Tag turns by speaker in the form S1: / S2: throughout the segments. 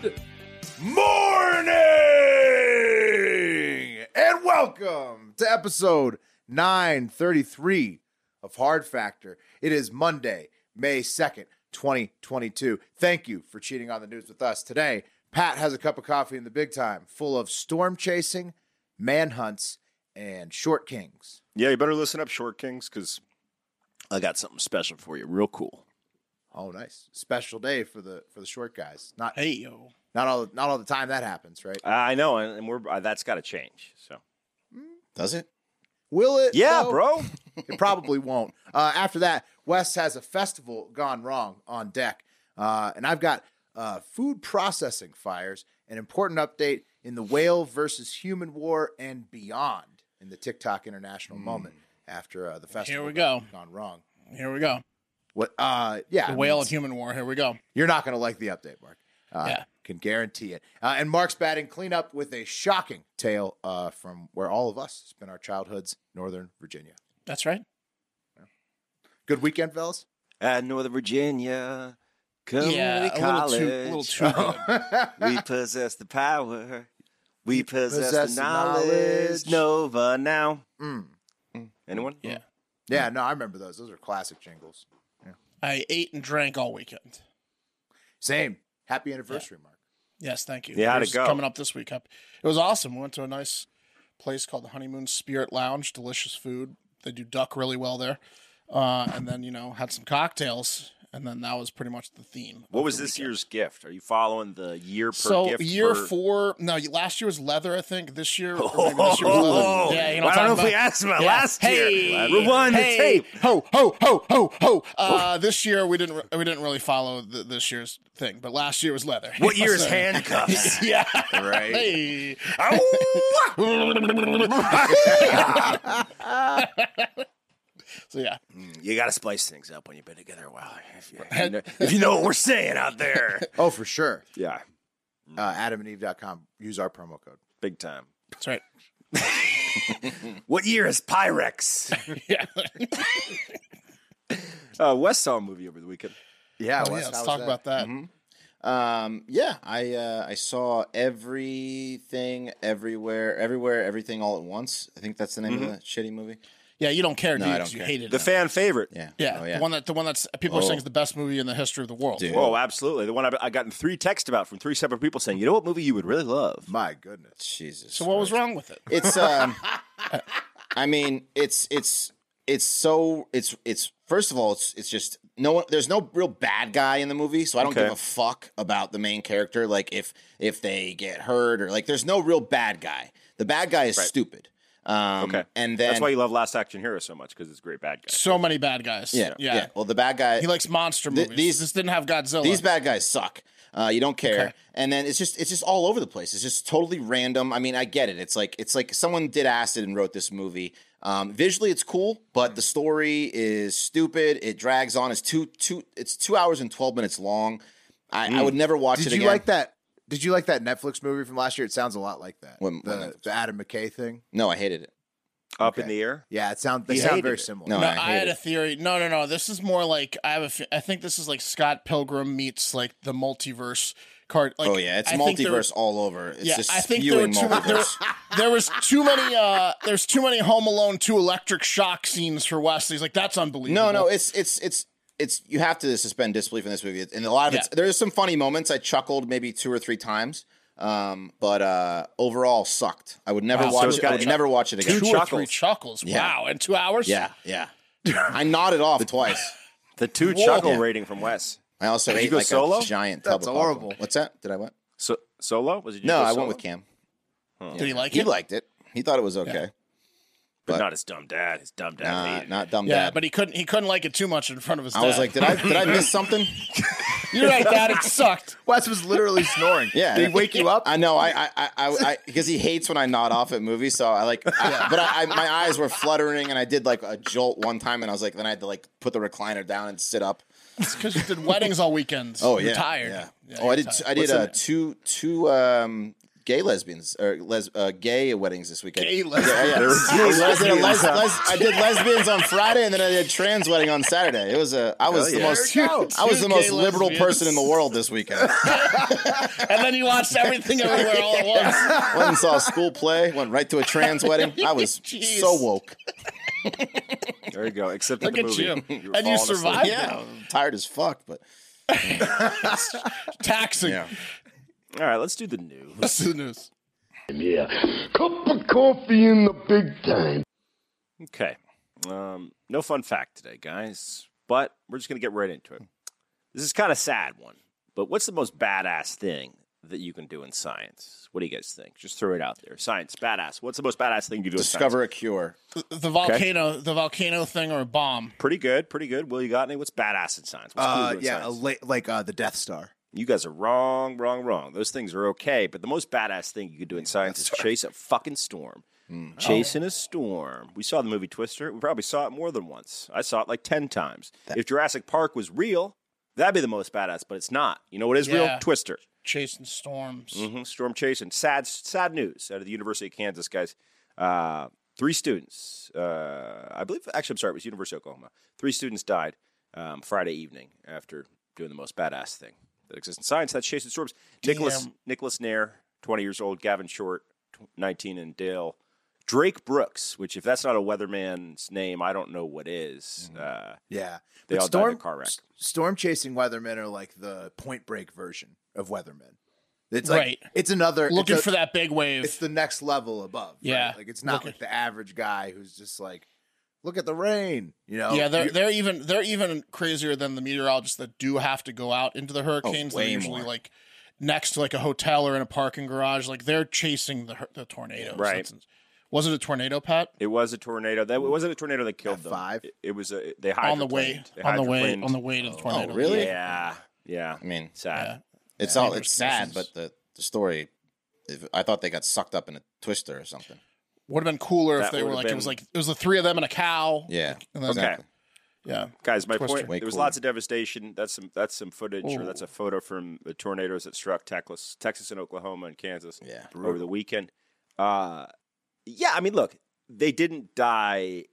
S1: Good morning and welcome to episode 933 of Hard Factor. It is Monday, May 2nd, 2022. Thank you for cheating on the news with us today. Pat has a cup of coffee in the big time, full of storm chasing, manhunts, and short kings.
S2: Yeah, you better listen up, Short Kings, because I got something special for you. Real cool.
S1: Oh, nice special day for the for the short guys. Not
S3: Hey yo.
S1: not all not all the time that happens, right?
S2: I know, and and we're uh, that's got to change. So
S3: Does it?
S1: Will it?
S2: yeah,
S1: though?
S2: bro.
S1: It probably won't. Uh, after that, Wes has a festival gone wrong on deck. Uh, and I've got uh, food processing fires, an important update in the whale versus human war and beyond in the TikTok
S2: Hmm.
S1: international moment after uh, the festival
S3: we go.
S1: gone wrong.
S3: Here we go.
S1: What? Uh, yeah. I
S3: The
S1: mean,
S3: whale of
S1: it's-
S3: human war. Here we go.
S1: you're not going to like the update, Mark. Uh,
S3: Yeah.
S1: Can guarantee it. Uh, and Mark's batting cleanup with a shocking tale uh, from where all of us spent our childhoods, Northern Virginia.
S3: That's right.
S1: Good weekend, fellas.
S2: At Northern Virginia, community
S3: yeah, a little
S2: college,
S3: too, a little too good.
S2: we possess the power. We possess,
S1: Possess
S2: the
S1: the knowledge.
S2: knowledge. Nova now.
S1: Mm.
S2: Anyone?
S3: Yeah.
S1: Yeah, no, I remember those. Those are classic jingles.
S3: I ate and drank all weekend.
S1: Same. Happy anniversary, Mark.
S3: Yes, thank you.
S2: Yeah, how'd it
S3: Yours is
S2: go?
S3: Coming up this week. Up. It was awesome. We went to a nice place called the Honeymoon Spirit Lounge. Delicious food. They do duck really well there. Uh, and then you know had some cocktails, and then that was pretty much the theme.
S2: What
S3: of
S2: was
S3: the
S2: this
S3: weekend.
S2: year's gift? Are you following the year per
S3: So
S2: gift?
S3: year
S2: per-
S3: four, no, last year was leather. I think this year, or maybe this year was leather. Yeah, you know.
S2: Oh. I don't know
S3: what I'm talking
S2: if we
S3: about?
S2: asked about
S3: Yeah.
S2: last year.
S3: Hey.
S2: Rewind the
S3: hey,
S2: tape.
S3: Ho ho ho ho ho! Uh, this year we didn't re- we didn't really follow the, this year's thing, but last year was leather.
S2: What year is
S3: So-
S2: handcuffs?
S3: Yeah.
S2: right.
S3: Hey. So yeah,
S2: You got to spice things up when you've been together a while. If you, if you know, if you know what we're saying out there.
S1: Oh, for sure.
S2: Yeah,
S1: Uh, AdamandEve.com. Use our promo code.
S2: big time.
S3: that's right.
S2: What year is Pyrex?
S3: Yeah.
S2: uh, Wes saw a movie over the weekend.
S1: Yeah,
S3: Oh, yeah, let's talk about that.
S4: Um, yeah, I uh, I saw everything, everywhere, everywhere, everything all at once. I think that's the name
S3: Mm-hmm.
S4: of the shitty movie.
S3: Yeah, you don't care, do you?
S4: I don't
S3: 'Cause you
S4: care.
S3: hated
S2: The
S3: it.
S2: fan favorite.
S4: Yeah.
S3: yeah,
S4: Oh, yeah. Oh.
S3: the one that the one that's people are saying is the best movie in the history of the world.
S4: Dude.
S2: Oh, absolutely. The one I've, I gotten three texts about from three separate people saying, you know what movie you would really love?
S1: My goodness.
S4: Jesus.
S3: So what was
S4: Christ.
S3: wrong with it?
S4: It's um I mean, it's it's it's so it's it's first of all, it's it's just no one there's no real bad guy in the movie, so I don't
S2: Okay.
S4: give a fuck about the main character like if if they get hurt or like there's no real bad guy. The bad guy is stupid. Um
S2: Okay.
S4: and then
S2: That's why you love Last Action Hero so much because it's a great bad guy.
S3: So many bad guys.
S4: yeah, yeah,
S3: yeah.
S4: Well, the bad guy
S3: He likes monster
S4: Th-
S3: movies.
S4: these-
S3: this didn't have Godzilla.
S4: These bad guys suck. Uh, you don't care,
S3: Okay.
S4: and then it's just it's just all over the place. It's just totally random. I mean, I get it. It's like it's like someone did acid and wrote this movie. Um, visually, it's cool, but the story is stupid. It drags on. It's two two. It's two hours and twelve minutes long. I, I would
S3: Mm.
S4: never watch
S1: Did
S4: it
S1: you
S4: again.
S1: like that? Did you like that Netflix movie from last year? It sounds a lot like that.
S4: What- what
S1: the,
S4: Netflix?
S1: the Adam McKay thing.
S4: No, I hated it.
S2: Up in the air.
S1: Yeah, it sound they
S2: He
S1: sound
S2: hated
S1: very
S2: it.
S1: similar.
S4: No,
S3: No,
S4: I
S3: I,
S4: hated
S3: had
S4: it.
S3: a theory. No, no, no. This is more like I have a. fe- I think this is like Scott Pilgrim meets like the multiverse card. Like,
S4: oh yeah, it's
S3: I think there-
S4: multiverse all over. It's
S3: yeah,
S4: just
S3: I think there were too,
S4: spewing
S3: there,
S4: multiverse.
S3: there was too many. uh There's too many Home Alone, two Electric Shock scenes for Wes. He's like, that's unbelievable.
S4: No, no, it's it's it's it's you have to suspend disbelief in this movie, and a lot of
S3: Yeah.
S4: it's there's some funny moments. I chuckled maybe two or three times, um, but uh, overall sucked. I would never
S3: Wow. So
S4: watch
S2: it's
S4: it.
S2: got
S4: I would
S2: chuck-
S4: never watch it again.
S3: two or three
S2: chuckles.
S3: chuckles.
S4: Yeah.
S3: Wow, in two hours.
S4: Yeah, yeah. I nodded off twice.
S2: The two chuckle
S4: Yeah.
S2: rating from Wes.
S4: I also
S2: Did you
S4: ate
S2: go
S4: like
S2: solo?
S4: a giant tub
S1: That's
S4: of popcorn.
S1: horrible.
S4: What's that? Did I what?
S2: So solo was it?
S4: No, I went with Cam.
S3: Did he like
S4: He
S3: it?
S4: liked it. He thought it was okay.
S2: but,
S4: but-
S2: not his dumb dad. His dumb dad.
S4: Nah,
S2: hated it.
S4: not dumb
S3: yeah,
S4: dad.
S3: but he couldn't. He couldn't like it too much in front of his.
S4: I was
S3: dad.
S4: like, did I did I miss something?
S3: "You're right, Dad. It sucked."
S1: Wes was literally snoring.
S4: Yeah.
S1: Did he wake you up?
S4: I know. I I I- I because he hates when I nod off at movies. So I like, I, but I, I my eyes were fluttering and I did like a jolt one time and I was like, then I had to like put the recliner down and sit up.
S3: It's because you did weddings all weekends.
S4: Oh
S3: You're
S4: yeah,
S3: tired.
S4: Yeah.
S3: Yeah,
S4: oh,
S3: you're
S4: I did.
S3: tired.
S4: I did uh, two two um, gay lesbians or les uh, gay weddings this weekend.
S3: Gay lesbians.
S4: Yeah, yeah.
S2: There was no
S4: I did a les-
S2: lesbians, huh?
S4: les- I did lesbians on Friday and then I did trans wedding on Saturday. It was a. I was the
S2: yeah.
S4: most.
S3: There you go.
S4: I was
S3: Two
S4: the most
S3: gay
S4: liberal
S3: lesbians.
S4: person in the world this weekend.
S3: and then you watched everything everywhere all at once.
S4: went and saw a school play. Went right to a trans wedding. I was
S3: Jeez.
S4: so woke.
S2: There you go. Except
S3: Look
S2: in
S3: at
S2: the
S3: you,
S2: movie. were
S3: and
S2: falling
S3: you
S2: asleep.
S3: survived. it.
S4: Yeah, I'm tired as fuck. But
S3: Taxing.
S4: Yeah.
S2: All right, let's do the news.
S3: That's the news.
S5: Yeah. Cup of coffee in the big time.
S2: Okay. Um, no fun fact today, guys, but we're just going to get right into it. This is kind of sad one, but what's the most badass thing that you can do in science? What do you guys think? Just throw it out there. Science, badass. What's the most badass thing you can do in science?
S4: discover a cure.
S3: The, the volcano, the volcano thing, or a bomb.
S2: Pretty good, pretty good. Will, you got any? What's badass in science? What's cool to
S1: Uh,
S2: do in
S1: yeah, a
S2: science?
S1: la- like uh, the Death Star.
S2: you guys are wrong, wrong, wrong. Those things are okay, but the most badass thing you could do in science is chase a fucking storm. Chasing a storm. We saw the movie Twister. We probably saw it more than once. I saw it like 10 times. if Jurassic Park was real, that'd be the most badass, but it's not. You know what is real?
S3: Yeah.
S2: Twister.
S3: Chasing storms.
S2: hmm Storm chasing. Sad, sad news out of the University of Kansas, guys. Uh, three students, uh, I believe, actually, I'm sorry, it was University of Oklahoma. Three students died um, Friday evening after doing the most badass thing that exists in science. That's chasing storms. Nicholas
S3: Damn.
S2: Nicholas Nair, 20 years old. Gavin Short, tw- 19, and Dale Drake Brooks. Which, if that's not a weatherman's name, I don't know what is.
S3: Mm-hmm.
S2: Uh,
S1: Yeah,
S2: They
S1: But
S2: all died in a car wreck.
S1: s- Storm chasing weathermen are like the Point Break version of weathermen. It's like
S3: Right.
S1: it's another
S3: Looking
S1: it's a-
S3: for that big wave.
S1: It's the next level above. right?
S3: Yeah.
S1: like it's not
S3: Looking-
S1: like the average guy who's just like, look at the rain. You know?
S3: yeah, they're
S1: You-
S3: they're even they're even crazier than the meteorologists that do have to go out into the hurricanes.
S4: way
S3: they're usually
S4: more.
S3: like next to like a hotel or in a parking garage. Like they're chasing the hur- the tornadoes.
S2: Right.
S3: That's- was it a tornado, Pat?
S2: it was a tornado. That it wasn't a tornado that killed them.
S1: five?
S2: It, it was a they
S3: on the way,
S2: hydroplaned. They
S3: on the way,
S2: hydroplaned.
S3: on the way to the tornado.
S4: Oh, really?
S2: Yeah, yeah.
S4: I mean,
S2: Sad.
S4: it's
S3: Yeah,
S4: all
S3: dangerous
S4: it's sad,
S3: conditions.
S4: but the the story. if- I thought they got sucked up in a twister or something.
S3: Would have been cooler if
S2: That
S3: they were
S2: would've
S3: like it was
S2: been-
S3: like it was the three of them and a cow.
S4: Yeah.
S3: And then-
S4: Exactly.
S3: Yeah.
S2: Guys, my
S3: Twister.
S2: point.
S4: Way
S2: there was
S4: cooler.
S2: lots of devastation. That's some. That's some footage, or that's a photo from the tornadoes that struck Texas, Texas, and Oklahoma and Kansas
S4: Yeah.
S2: over the weekend. Uh, yeah, I mean, look, they didn't die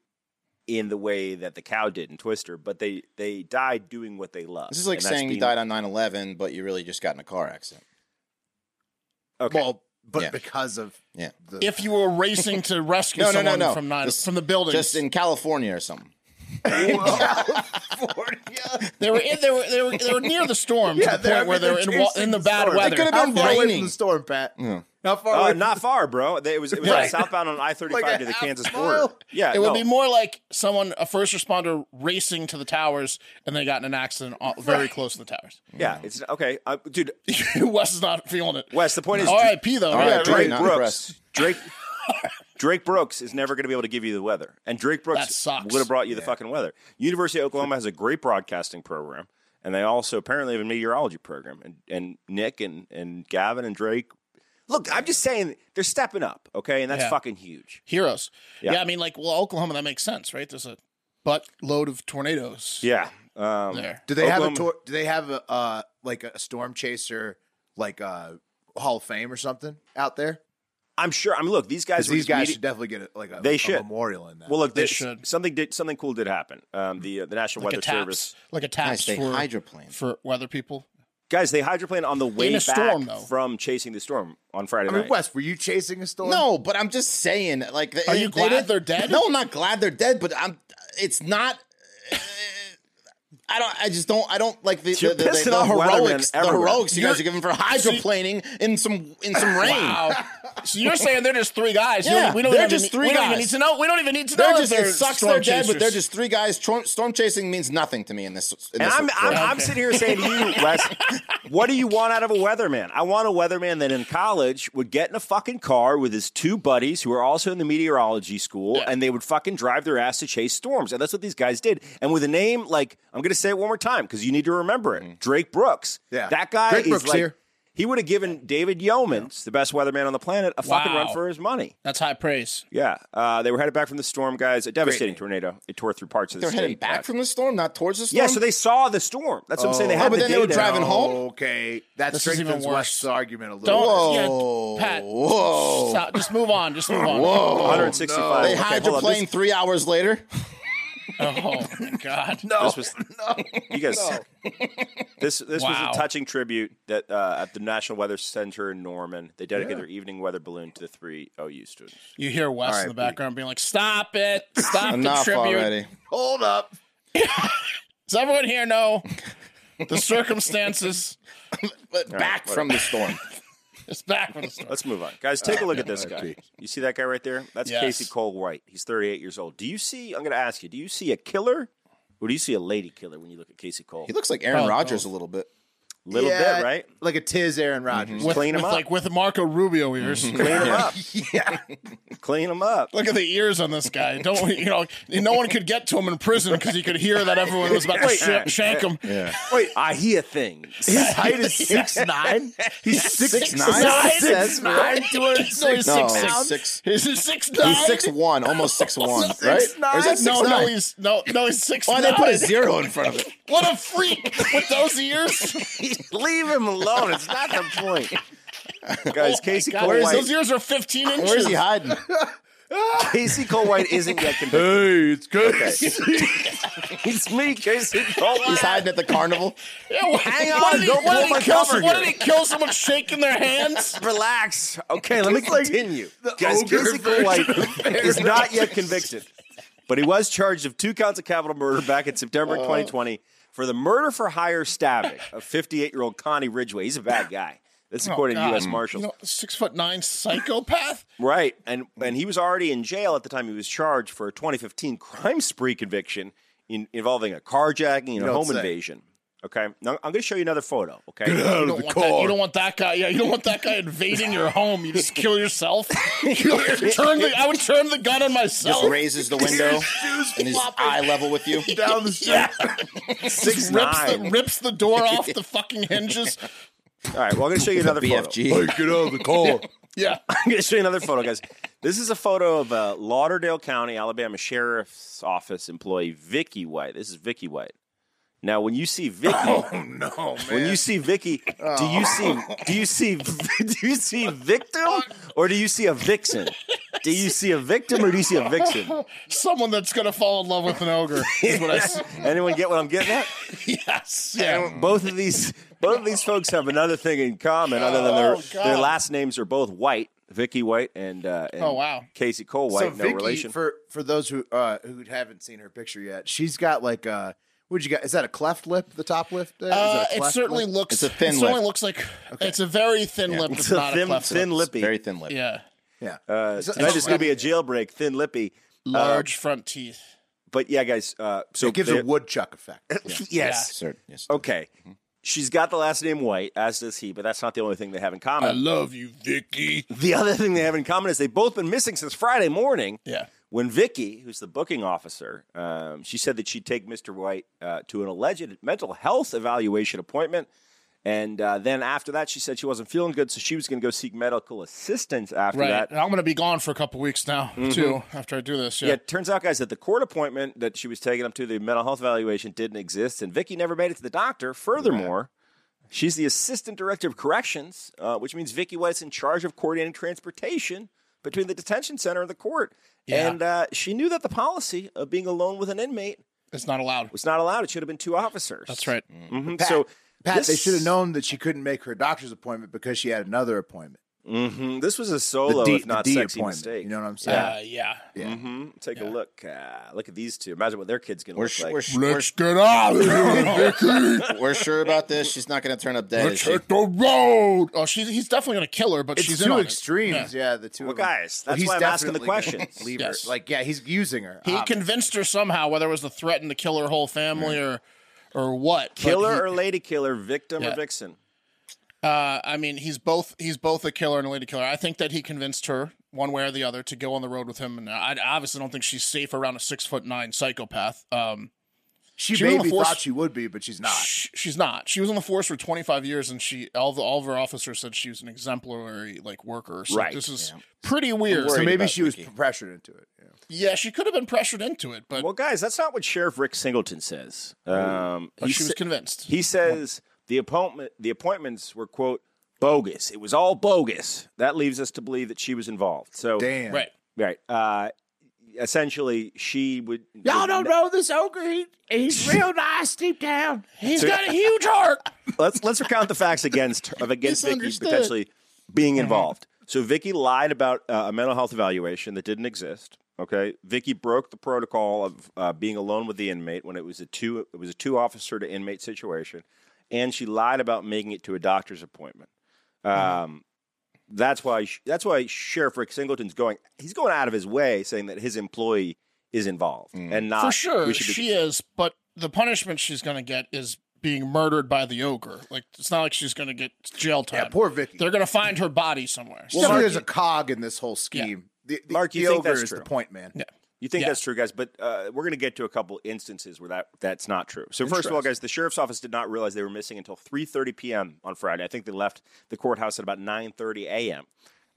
S2: in the way that the cow did in Twister, but they they died doing what they love.
S4: This is like
S2: and that's
S4: saying you
S2: being-
S4: died on 9 11, but you really just got in a car accident.
S2: Okay,
S1: well, but
S4: Yeah.
S1: because of
S4: Yeah.
S1: the
S3: If you were racing to rescue
S4: No, no, no,
S3: someone
S4: no.
S3: from nine,
S4: This-
S3: from the building,
S4: Just in California or something.
S3: they were in, they were they were they were near the storm to the
S1: they're-
S3: point where they
S1: they're
S3: were in, wa-
S1: chasing
S3: in the bad
S1: storm.
S3: weather.
S4: could've
S1: How
S4: been
S1: far away
S4: raining.
S1: from the storm, Pat. How far?
S2: uh,
S1: away
S2: not far, bro. They, it was it was
S1: Right.
S2: like southbound on I thirty
S1: Like a
S2: five to the
S1: half
S2: Kansas
S1: mile?
S2: border. Yeah,
S3: It would
S2: no.
S3: be more like someone, a first responder, racing to the towers, and they got in an accident all, very close to the towers.
S2: Yeah, it's okay, uh, dude.
S3: Wes is not feeling it.
S2: Wes, the point is,
S3: R.I.P. Though.
S4: All
S3: yeah,
S4: right,
S3: right.
S2: Drake
S4: not
S2: Brooks. Drake Drake Brooks is never going to be able to give you the weather, and Drake
S3: That
S2: Brooks
S3: sucks.
S2: would have brought you the fucking weather. University of Oklahoma has a great broadcasting program, and they also apparently have a meteorology program. And, and Nick and and Gavin and Drake, look, I'm just saying they're stepping up, okay, and that's
S3: Yeah.
S2: fucking huge.
S3: Heroes.
S2: Yeah.
S3: Yeah. I mean, like, well, Oklahoma, that makes sense, right? There's a butt load of tornadoes
S2: Yeah, um,
S3: there.
S1: do they have a
S2: Oklahoma-
S1: tor- Do they have a uh, like a storm chaser like uh, Hall of Fame or something out there?
S2: I'm sure. I mean, look, these
S1: Because
S2: guys, were
S1: these
S2: just
S1: guys
S2: media-
S1: should definitely get a, like a,
S2: They
S1: a
S2: should.
S1: memorial in that.
S2: Well, look,
S3: They
S2: this,
S3: should.
S2: something did something cool did happen. Um, the uh, the National
S3: Like a
S2: Weather
S3: taps,
S2: Service
S3: like a
S4: I
S3: taps
S4: say
S3: for
S4: hydroplane.
S3: for weather people.
S2: guys they hydroplane on the way back
S3: a storm, though.
S2: from chasing the storm on Friday
S1: I mean,
S2: night.
S1: Wes, were you chasing a storm?
S4: No, but I'm just saying, like, they-
S3: Are you
S4: they
S3: glad
S4: didn't-
S3: they're dead?
S4: No, I'm not glad they're dead, but I'm. It's not. I don't. I just don't. I don't like the
S2: You're
S4: the, the,
S2: pissing
S4: the
S2: off weathermen
S4: heroics. The
S2: everywhere.
S4: heroics you guys
S3: You're-
S4: are giving for hydroplaning in some in some rain.
S3: so you're saying they're just three guys? You
S4: Yeah,
S3: don't- we don't
S4: they're
S3: even
S4: just
S3: need-
S4: three
S3: we don't
S4: guys.
S3: even need to know. We don't even need to know.
S4: They're
S3: that
S4: just. It sucks. They're
S3: storm
S4: dead, but
S3: chasers.
S4: they're just three guys. Storm, storm chasing means nothing to me in this. In
S2: And
S4: this
S2: I'm, I'm,
S4: story.
S2: I'm sitting here saying to you, Wes, what do you want out of a weatherman? I want a weatherman that in college would get in a fucking car with his two buddies who are also in the meteorology school and they would fucking drive their ass to chase storms. And that's what these guys did. And with a name like, I'm going to say it one more time because you need to remember it Drake Brooks.
S1: Mm-hmm. Yeah.
S2: That guy
S1: Drake
S2: is
S1: Brooks
S2: like,
S1: here.
S2: he would have given David Yeomans, the best weatherman on the planet, a fucking
S3: Wow.
S2: run for his money.
S3: That's high praise.
S2: Yeah. Uh, they were headed back from the storm, guys. A devastating tornado. It tore through parts of the
S4: They're
S2: state.
S4: heading back from the storm, not towards the storm.
S2: Yeah, so they saw the storm. That's what I'm saying. They
S1: Oh.
S2: had
S4: Oh, but
S2: the
S4: then they were
S2: data.
S4: driving home.
S1: Okay, that
S3: This is even
S1: strengthens
S3: worse.
S1: West's argument a little.
S3: Don't.
S1: bit.
S3: yeah, Pat. Stop. Just move on. Just move on.
S2: 165.
S4: They
S2: Okay, hold on.
S4: hydroplane
S2: This-
S4: three hours later.
S3: Oh my God.
S1: No,
S2: This was you guys. suck. This this
S3: Wow.
S2: was a touching tribute that uh, at the National Weather Center in Norman, they dedicated their evening weather balloon to the three OU students.
S3: You hear Wes in
S4: right,
S3: the background being like, "Stop it! Stop the
S4: Enough
S3: tribute!"
S4: already.
S1: hold up.
S3: Does everyone here know the circumstances?
S4: But back from the storm.
S3: It's back from the start.
S2: Let's move on, guys. Take a look at this guy. You see that guy right there? That's
S3: Yes.
S2: Casey Cole White. He's 38 years old. Do you see? I'm going to ask you. Do you see a killer? Or do you see a lady killer when you look at Casey Cole?
S4: He looks like Aaron
S3: Oh,
S4: Rodgers a little bit.
S2: Little
S1: Yeah,
S2: bit, right?
S1: Like a tiz Aaron Rodgers.
S3: With,
S2: clean 'em
S3: with
S2: up.
S3: like with Marco Rubio ears.
S2: Clean him up. Clean him up.
S3: Look at the ears on this guy. Don't you know? No one could get to him in prison because he could hear that everyone was about to
S2: Wait.
S3: sh- shank him.
S2: Wait, I hear things.
S1: His height is six nine. He's six,
S4: nine?
S1: Six nine. Two hundred
S3: So he's
S1: six.
S4: No,
S3: six, six.
S4: six.
S3: Is he six nine?
S4: He's six one, almost six one, right? Or is that
S3: no,
S4: six
S3: no,
S4: nine?
S3: he's no, no, he's six.
S4: Why
S3: nine.
S4: they put a zero in front of it?
S3: What a freak with those ears.
S2: Leave him alone. It's not the point. Guys, Casey
S3: Oh God,
S2: Cole
S3: those
S2: White.
S3: ears are fifteen inches.
S4: Where is he hiding?
S2: Casey Cole White isn't yet convicted.
S1: Hey, it's good.
S2: it's me, Casey Cole
S4: He's
S2: White.
S4: hiding at the carnival.
S3: Yeah, what, Hang
S2: on,
S3: What did
S2: don't
S3: he, what
S2: pull
S3: did
S2: my
S3: he kill?
S2: cover
S3: Some, what
S2: here.
S3: did he kill? Someone shaking their hands?
S2: Relax. Okay, let me continue. Guys,
S1: ogre
S2: Casey Cole White is not yet convicted, but he was charged of two counts of capital murder back in September
S3: Uh.
S2: 2020 for the murder for hire stabbing of 58 year old Connie Ridgway. He's a bad guy. That's according to
S3: Oh, God.
S2: U.S. Marshals.
S3: You know, six foot nine psychopath.
S2: Right, and and he was already in jail at the time he was charged for a 2015 crime spree conviction in, involving a carjacking and a
S1: don't
S2: home
S1: say.
S2: invasion. Okay, now I'm going to show you another photo. Okay,
S3: You don't, want that, you don't want that guy. Yeah, you don't want that guy invading your home. You just kill yourself. turn the, I would turn the gun on myself.
S4: Just raises the window and he's eye level with you.
S1: down the street.
S3: yeah,
S2: six
S3: rips
S2: nine.
S3: the, rips the door off the fucking hinges.
S2: All right, well I'm going to show you another photo.
S4: BFG.
S5: Get out of the car.
S3: Yeah,
S2: I'm going to show you another photo, guys. This is a photo of uh, Lauderdale County, Alabama Sheriff's Office employee Vicky White. This is Vicky White. Now, when you see Vicky,
S3: Oh,
S1: No, man.
S2: when you see Vicky, do you see do you see do you see victim or do you see a vixen? Do you see a victim or do you see a vixen?
S3: someone that's gonna fall in love with an ogre is what I. s-
S2: Anyone get what I'm getting at?
S3: Yes, yeah.
S2: Both of these both of these folks have another thing in common other than their
S3: Oh, God.
S2: their last names are both white. Vicky White and, uh, and
S3: Oh, wow.
S2: Casey Cole White,
S1: so
S2: no
S1: Vicky,
S2: relation.
S1: for for those who uh who haven't seen her picture yet, she's got like uh what you got? Is that a cleft lip? The top lip? There? Is that
S3: Uh,
S1: a
S3: it
S1: cleft
S3: certainly
S1: lip?
S3: looks.
S4: It's a thin
S3: it certainly
S4: lip.
S3: looks like it's a very thin lip. It's,
S2: it's a
S3: not a
S2: thin,
S3: cleft lip.
S2: thin lippy.
S4: Very thin lip.
S3: Yeah,
S1: Yeah.
S2: Uh,
S1: It's-
S2: tonight
S1: it's-
S2: is going to be a jailbreak, thin lippy.
S3: large front teeth.
S2: But yeah, guys. Uh, so
S1: it gives
S2: they-
S1: a woodchuck effect.
S2: Uh,
S1: Yeah.
S2: yes.
S4: Sir, Mm-hmm. yes.
S2: Okay. She's got the last name White, as does he, but that's not the only thing they have in
S3: I
S2: common.
S3: love you, Vicky.
S2: the other thing they have in common is they've both been missing since Friday morning.
S3: Yeah.
S2: When Vicky, who's the booking officer, um, she said that she'd take Mr. White uh, to an alleged mental health evaluation appointment. And uh, then after that, she said she wasn't feeling good, so she was going to go seek medical assistance after
S3: Right.
S2: that.
S3: And I'm going to be gone for a couple weeks now, too, after I do this. Yeah.
S2: Yeah, it turns out, guys, that the court appointment that she was taking up to, the mental health evaluation, didn't exist, and Vicky never made it to the doctor. Furthermore, she's the assistant director of corrections, uh, which means Vicky White's in charge of coordinating transportation between the detention center and the court.
S3: Yeah.
S2: And uh, she knew that the policy of being alone with an inmate
S3: It's not allowed.
S2: was not allowed. It should have been two officers.
S3: That's right.
S2: Mhm. So
S1: Pat,
S2: this-
S1: they should have known that she couldn't make her doctor's appointment because she had another appointment.
S2: hmm This was a
S1: The
S2: solo,
S1: D,
S2: if not
S1: the D
S2: sexy
S1: appointment.
S2: mistake.
S1: You know what I'm saying?
S3: Uh, yeah.
S2: hmm Take a look. Uh, look at these two. Imagine what their kid's gonna
S4: We're
S2: look
S4: sh-
S2: like.
S4: we're, sh- we're,
S3: Let's get out.
S4: sh- we're sure about this. She's not going to turn up dead. Is
S3: Let's
S4: she?
S3: hit the road. Oh, she's he's definitely gonna kill her, but
S1: It's
S3: she's in
S1: two
S3: on it.
S1: extremes. Yeah. the two.
S2: Well,
S1: of 'em.
S2: guys,
S1: Well,
S2: that's
S1: he's
S2: why I'm asking the
S1: definitely gonna
S2: questions.
S1: leave her.
S3: Yes.
S1: Like, yeah, he's using her. Uh,
S3: He
S1: obviously.
S3: convinced her somehow, whether it was the threaten to kill her whole family or or what. but
S2: killer
S3: he-
S2: or lady killer, victim or
S3: Yeah.
S2: vixen.
S3: Uh, I mean, he's both he's both a killer and a lady killer. I think that he convinced her one way or the other to go on the road with him, and I I obviously don't think she's safe around a six foot nine psychopath. Um,
S1: she
S3: she was on
S1: maybe
S3: the force-
S1: thought she would be, but she's not.
S3: sh- she's not. She was on the force for twenty five years, and she all the, all of her officers said she was an exemplary like worker. So
S2: Right,
S3: This is pretty weird.
S1: So
S4: worried
S1: maybe
S4: about
S1: she was
S4: Vicky.
S1: pressured into it. Yeah.
S3: yeah, she could have been pressured into it, but
S2: Well, guys, that's not what Sheriff Rick Singleton says. Um,
S3: but
S1: Oh,
S2: he
S3: she was
S2: sa-
S3: convinced.
S2: He says the appointment the appointments were quote bogus. It was all bogus. That leaves us to believe that she was involved. So
S1: Damn.
S3: right.
S2: right. Uh, essentially, she would.
S1: Y'all
S2: would-
S1: don't know this ogre. He, he's real nice deep down.
S3: He's got a huge heart.
S2: Let's let's recount the facts against of against Vicky
S3: Misunderstood.
S2: potentially being involved. So Vicky lied about uh, a mental health evaluation that didn't exist. Okay, Vicky broke the protocol of uh, being alone with the inmate when it was a two it was a two officer to inmate situation, and she lied about making it to a doctor's appointment.
S3: Mm-hmm.
S2: Um, that's why sh- that's why Sheriff Rick Singleton's going he's going out of his way saying that his employee is involved and not
S3: Mm. For sure,
S2: we should be-
S3: she is. But the punishment she's going to get is being murdered by the ogre. Like it's not like she's going to get jail time.
S1: Yeah, poor Vicky.
S3: They're going to find her body somewhere.
S1: Well,
S3: Somewhere.
S1: there's a cog in this whole scheme. The, the,
S2: Mark, you
S1: the
S2: think
S1: ogre
S2: that's
S1: is the
S2: true?
S1: point, man.
S2: You think
S3: Yeah.
S2: that's true, guys, but uh, we're going to get to a couple instances where that that's not true. So first of all, guys, the sheriff's office did not realize they were missing until 3:30 p.m. on Friday. I think they left the courthouse at about 9:30 a.m.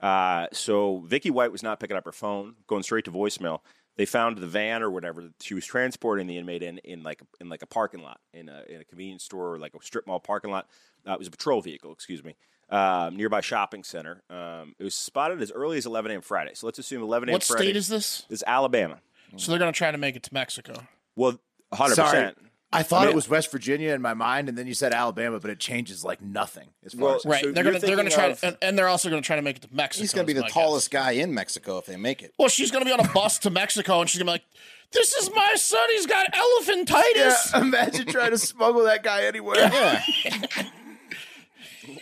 S2: Uh, so Vicky White was not picking up her phone, going straight to voicemail. They found the van or whatever that she was transporting the inmate in in like in like a parking lot in a in a convenience store or like a strip mall parking lot. Uh, it was a patrol vehicle, excuse me. Um, nearby shopping center. Um, it was spotted as early as 11 a.m. Friday. So let's assume 11 a.m.
S3: what
S2: Friday
S3: state is this?
S2: is Alabama.
S3: So they're going to try to make it to Mexico.
S2: Well, hundred
S1: Sorry.
S2: percent.
S1: I thought
S2: mean-
S1: it was West Virginia in my mind, and then you said Alabama, but it changes like nothing. As far
S2: Well,
S1: as
S3: Right.
S2: So
S3: they're
S2: you're
S3: going to they're going to
S2: thinking
S3: try
S2: of-
S3: to, and, and they're also going to try to make it to Mexico.
S4: He's going to
S3: is
S4: be the
S3: my guess.
S4: tallest guy in Mexico if they make it.
S3: Well, she's going to be on a bus to Mexico, and she's going to be like, "This is my son. He's got elephantitis."
S1: imagine trying to smuggle that guy anywhere.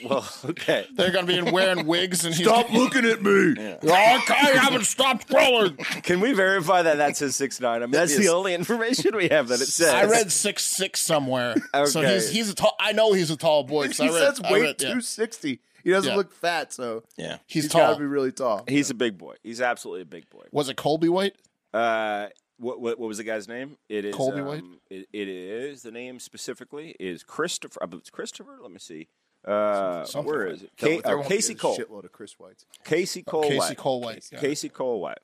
S2: Well, okay.
S3: They're going to be in wearing wigs, and he's
S1: Stop looking at me.
S3: okay. Oh, I haven't stopped growing.
S2: Can we verify that that says six nine? I mean, that's the
S4: Yes.
S2: only information we have that it says.
S3: I read six six somewhere, so
S2: Okay.
S3: he's he's a tall. I know he's a tall boy. 'cause
S1: He
S3: I read,
S1: says
S3: I
S1: weight
S3: read- yeah.
S1: 260. He doesn't
S3: Yeah.
S1: look fat, so
S4: Yeah.
S3: He's,
S1: he's got
S3: tall.
S1: to be really tall.
S2: He's a big boy. He's absolutely a big boy.
S3: Was it Colby White?
S2: Uh, what, what what was the guy's name? It is um,
S3: Colby White?
S2: It, it is the name specifically is Christopher. I believe it's Christopher. Let me see. Uh,
S3: Something
S2: where
S3: like
S2: is it?
S1: There-
S2: Ca-
S1: there
S2: uh,
S1: won't be
S2: Casey
S1: a
S2: Cole.
S1: Shitload of Chris Whites.
S2: Casey
S1: Oh,
S2: Cole.
S3: Casey
S2: White.
S3: Cole White,
S2: Casey,
S3: yeah.
S2: Casey Cole White.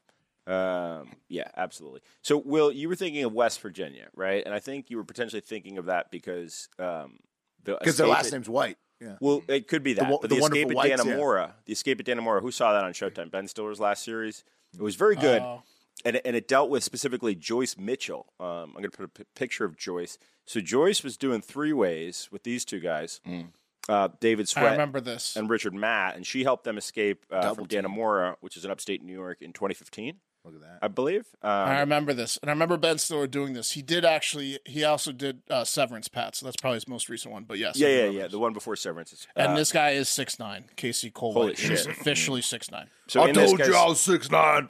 S2: Um, yeah, absolutely. So, Will, you were thinking of West Virginia, right? And I think you were potentially thinking of that because um, the
S1: Because their
S2: escape
S1: last
S2: at-
S1: name's White. Yeah.
S2: Well, it could be that.
S1: wo-
S2: but
S1: the
S2: the, escape at
S1: Wonderful Whites, yeah.
S2: Danamora, the escape at Danamora, who saw that on Showtime? Ben Stiller's last series. It was very good,
S1: Oh.
S2: and it- and it dealt with specifically Joyce Mitchell. Um, I'm going to put a p- picture of Joyce. So Joyce was doing three ways with these two guys,
S1: Mm.
S2: uh, David Sweat
S3: I remember this.
S2: and Richard Matt, and she helped them escape uh, from Danamora, which is in upstate New York, in 2015. Look at that, I believe. Um,
S3: I remember this, and I remember Ben Stiller doing this. He did actually. He also did uh, Severance Pat, so that's probably his most recent one. But yes,
S2: yeah,
S3: I
S2: yeah,
S3: remember
S2: yeah.
S3: this.
S2: The one before Severance.
S3: and
S2: Uh,
S3: this guy is six nine, Casey Cole
S2: Holy
S3: White. He's
S2: shit.
S3: officially six nine.
S2: so in this case-
S5: was six nine.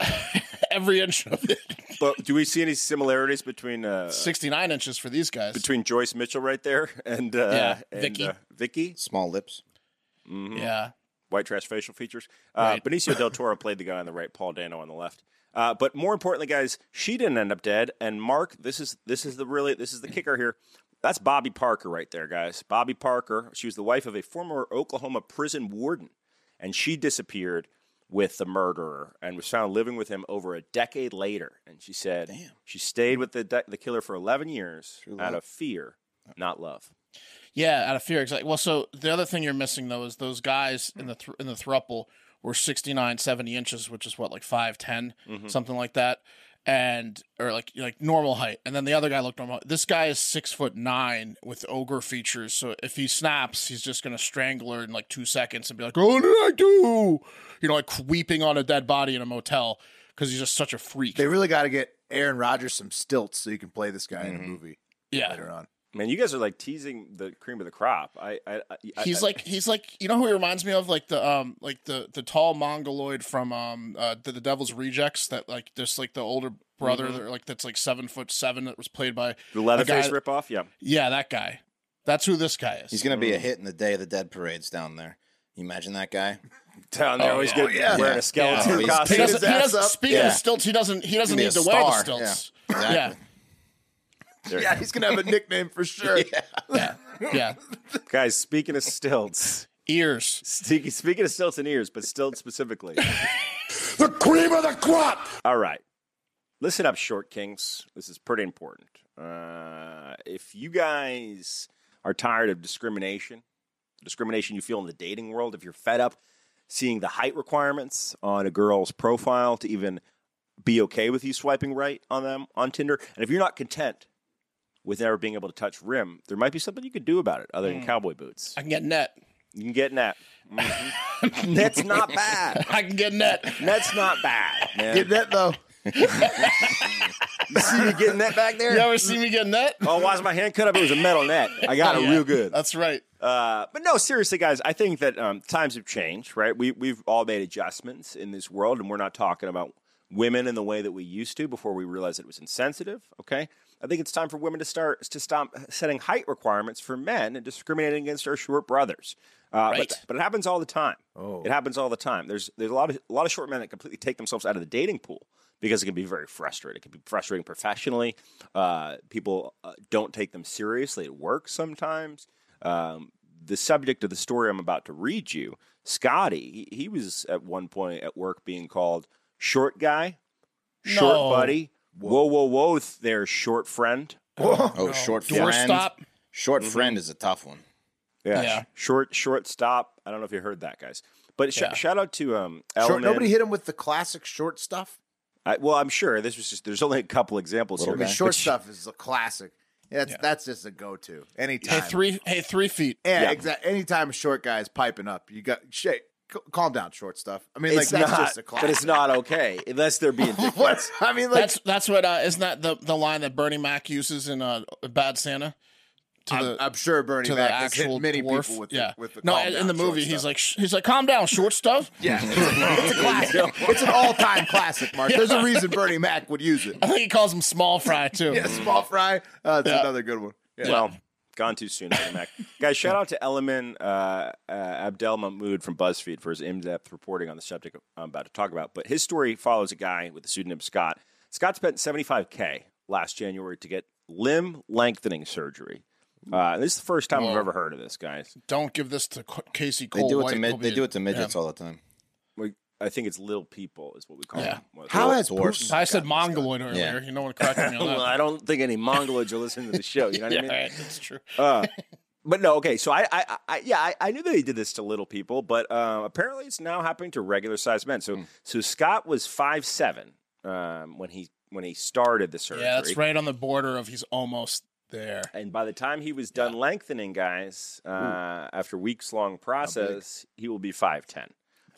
S3: Every inch of it,
S2: but do we see any similarities between uh,
S3: sixty nine inches for these guys.
S2: between Joyce Mitchell right there and uh,
S3: Yeah,
S2: and,
S3: Vicky.
S2: uh, Vicky,
S4: Small lips.
S3: Yeah,
S2: white trash facial features. Uh,
S3: Right.
S2: Benicio del Toro played the guy on the right, Paul Dano on the left. Uh, but more importantly, guys, she didn't end up dead. And Mark, this is this is the really this is the kicker here. That's Bobby Parker right there, guys. Bobby Parker. She was the wife of a former Oklahoma prison warden, and she disappeared with the murderer and was found living with him over a decade later. And she said she stayed with the de- the killer for eleven years out of fear, not love.
S3: yeah, out of fear. Exactly. Well, so the other thing you're missing though is those guys in the thr in the thruple were 69, 70 inches, which is what like 5'10", something like that. and or like like normal height, and then the other guy looked normal. This guy is six foot nine with ogre features, so if he snaps, he's just gonna strangle her in like two seconds and be like, "Oh, what did I do?" You know, like weeping on a dead body in a motel because he's just such a freak.
S1: They really got to get Aaron Rodgers some stilts so you can play this guy in a movie
S3: yeah,
S1: later on.
S2: Man, you guys are like teasing the cream of the crop. I, I, I I-
S3: He's like he's like you know who he reminds me of like the um like the the tall mongoloid from um uh the, the Devil's Rejects that like just like the older brother
S4: Mm-hmm.
S3: that, like that's like seven foot seven that was played by
S2: the Leatherface
S3: guy-
S2: ripoff. Yeah,
S3: yeah that guy that's who this guy is
S4: He's gonna be a hit in the Day of the Dead parades down there. You imagine that guy?
S2: down there, always good
S1: yeah.
S2: wearing a skeleton
S4: Yeah.
S3: he
S2: costume.
S3: doesn't, he
S1: ass
S3: doesn't
S1: up.
S3: speaking
S4: Yeah.
S3: of stilts he doesn't he doesn't
S4: be
S3: need
S4: a
S3: to wear the
S4: star.
S3: stilts
S4: Yeah,
S3: yeah
S4: exactly.
S1: Yeah, he's gonna have a nickname for sure.
S3: yeah yeah,
S2: Guys, speaking of stilts,
S3: ears
S2: speaking speaking of stilts and ears, but stilts specifically.
S5: The cream of the crop!
S2: All right. Listen up, short kings. This is pretty important. Uh, if you guys are tired of discrimination, the discrimination you feel in the dating world, if you're fed up seeing the height requirements on a girl's profile to even be okay with you swiping right on them on Tinder, and if you're not content with never being able to touch rim, there might be something you could do about it other than cowboy boots.
S3: I can get net
S2: You can get net. Mhm. That's not bad.
S3: I can get net
S2: That's not bad, man.
S1: Get that though.
S2: You see me getting that back there?
S3: you ever see me get net
S2: Oh, why is my hand cut up? It was a metal net. I got it
S3: Yeah,
S2: real good.
S3: that's right
S2: Uh, but no, seriously, guys, I think that um, times have changed, right? We, we've all made adjustments in this world, and we're not talking about women in the way that we used to before we realized it was insensitive, okay? I think it's time for women to start to stop setting height requirements for men and discriminating against our short brothers. Uh,
S3: Right.
S2: but, but it happens all the time. Oh. It happens all the time. There's there's a lot of a lot of short men that completely take themselves out of the dating pool because it can be very frustrating. It can be frustrating professionally. Uh, people uh, don't take them seriously at work sometimes. Um, the subject of the story I'm about to read you, Scotty, he, he was at one point at work being called short guy, short
S3: No.
S2: buddy. Whoa, whoa, whoa, th- there, short friend.
S4: Oh, short friend.
S3: doorstop
S4: Short friend is a tough one.
S2: Yeah.
S3: Yeah.
S2: sh- Short, short stop. I don't know if you heard that, guys. But sh-
S3: Yeah.
S2: shout out to um,
S1: Short,
S2: Element.
S1: nobody hit him with the classic short stuff.
S2: I, well, I'm sure this was just. There's only a couple examples here.
S1: I mean, short stuff is a classic. That's that's just a go-to anytime.
S3: hey three hey three feet
S1: yeah,
S2: yeah.
S1: exactly. Anytime a short guy is piping up, you got shit. c- calm down, short stuff. I mean,
S2: It's
S1: like that's
S2: not,
S1: just a classic.
S2: but it's not okay unless they're being
S1: What?
S2: dicks.
S1: I mean, like
S3: that's that's what uh, isn't that the, the line that Bernie Mac uses in uh, Bad Santa? To
S1: I'm, I'm sure Bernie
S3: to
S1: Mac
S3: the
S1: has hit
S3: actual
S1: many
S3: dwarf.
S1: people with
S3: yeah.
S1: the, with the
S3: no,
S1: calm
S3: in
S1: down
S3: the
S1: short
S3: movie he's
S1: stuff.
S3: like sh- he's like calm down, short stuff.
S1: yeah, it's a classic. it's an all-time classic, Mark. There's a reason Bernie Mac would use it.
S3: I think he calls him small fry too.
S1: Yeah, small fry. Uh, that's another good one. Yeah.
S2: Well, gone too soon, Bernie Mac. Guys, shout out to Elman uh, uh, Abdel Mahmoud from BuzzFeed for his in-depth reporting on the subject I'm about to talk about. But his story follows a guy with the pseudonym Scott. Scott spent 75k last January to get limb lengthening surgery. Uh, this is the first time I've ever heard of this, guys.
S3: Don't give this to Qu- Casey
S4: They
S3: Cole.
S4: do it
S3: White.
S4: to
S3: He'll
S4: mid-
S3: be
S4: they do
S3: a-
S4: it to midgets all the time.
S2: We, I think it's little people is what we call
S3: Yeah.
S2: them.
S1: How has
S4: Dwarfs.
S3: I said mongoloid earlier. You know what corrected me on
S2: well,
S3: that.
S2: I don't think any mongoloids are listening to the show. You know what
S3: yeah,
S2: I mean?
S3: right, that's true.
S2: Uh, but no, okay. So I, I, I yeah, I, I knew that he did this to little people, but uh, apparently it's now happening to regular sized men.
S3: Hmm.
S2: So, so Scott was five seven um, when he when he started the surgery.
S3: Yeah, that's right on the border of he's almost there.
S2: And by the time he was done lengthening, guys, uh, after weeks long process, he will be five ten.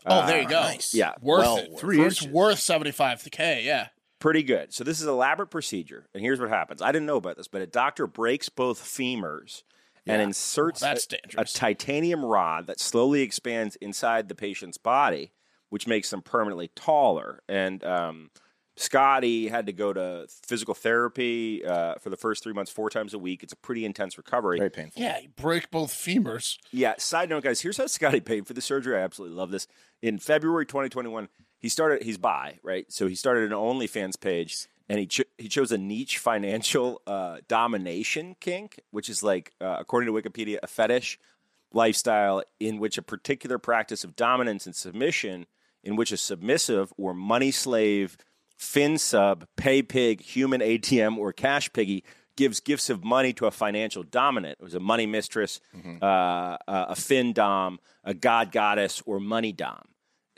S3: Oh, there you go.
S2: Yeah,
S3: Worth
S4: Ah, Well
S3: it.
S4: worth
S3: Three it's worth seventy five k. Yeah.
S2: pretty good. So this is an elaborate procedure, and here's what happens. I didn't know about this, but a doctor breaks both femurs and inserts
S3: Well, that's
S2: a, a
S3: dangerous.
S2: titanium rod that slowly expands inside the patient's body, which makes them permanently taller. And um, Scotty had to go to physical therapy uh, for the first three months, four times a week. It's a pretty intense recovery.
S4: Very painful.
S3: Yeah, you break both femurs.
S2: Yeah. Side note, guys, here's how Scotty paid for the surgery. I absolutely love this. In February 2021, he started. He's bi, right? So he started an OnlyFans page, and he cho- he chose a niche financial uh, domination kink, which is like, uh, according to Wikipedia, a fetish lifestyle in which a particular practice of dominance and submission, in which a submissive or money slave, fin sub, pay pig, human ATM, or cash piggy gives gifts of money to a financial dominant. It was a money mistress,
S1: Mm-hmm.
S2: uh, a- a fin dom, a god goddess, or money dom.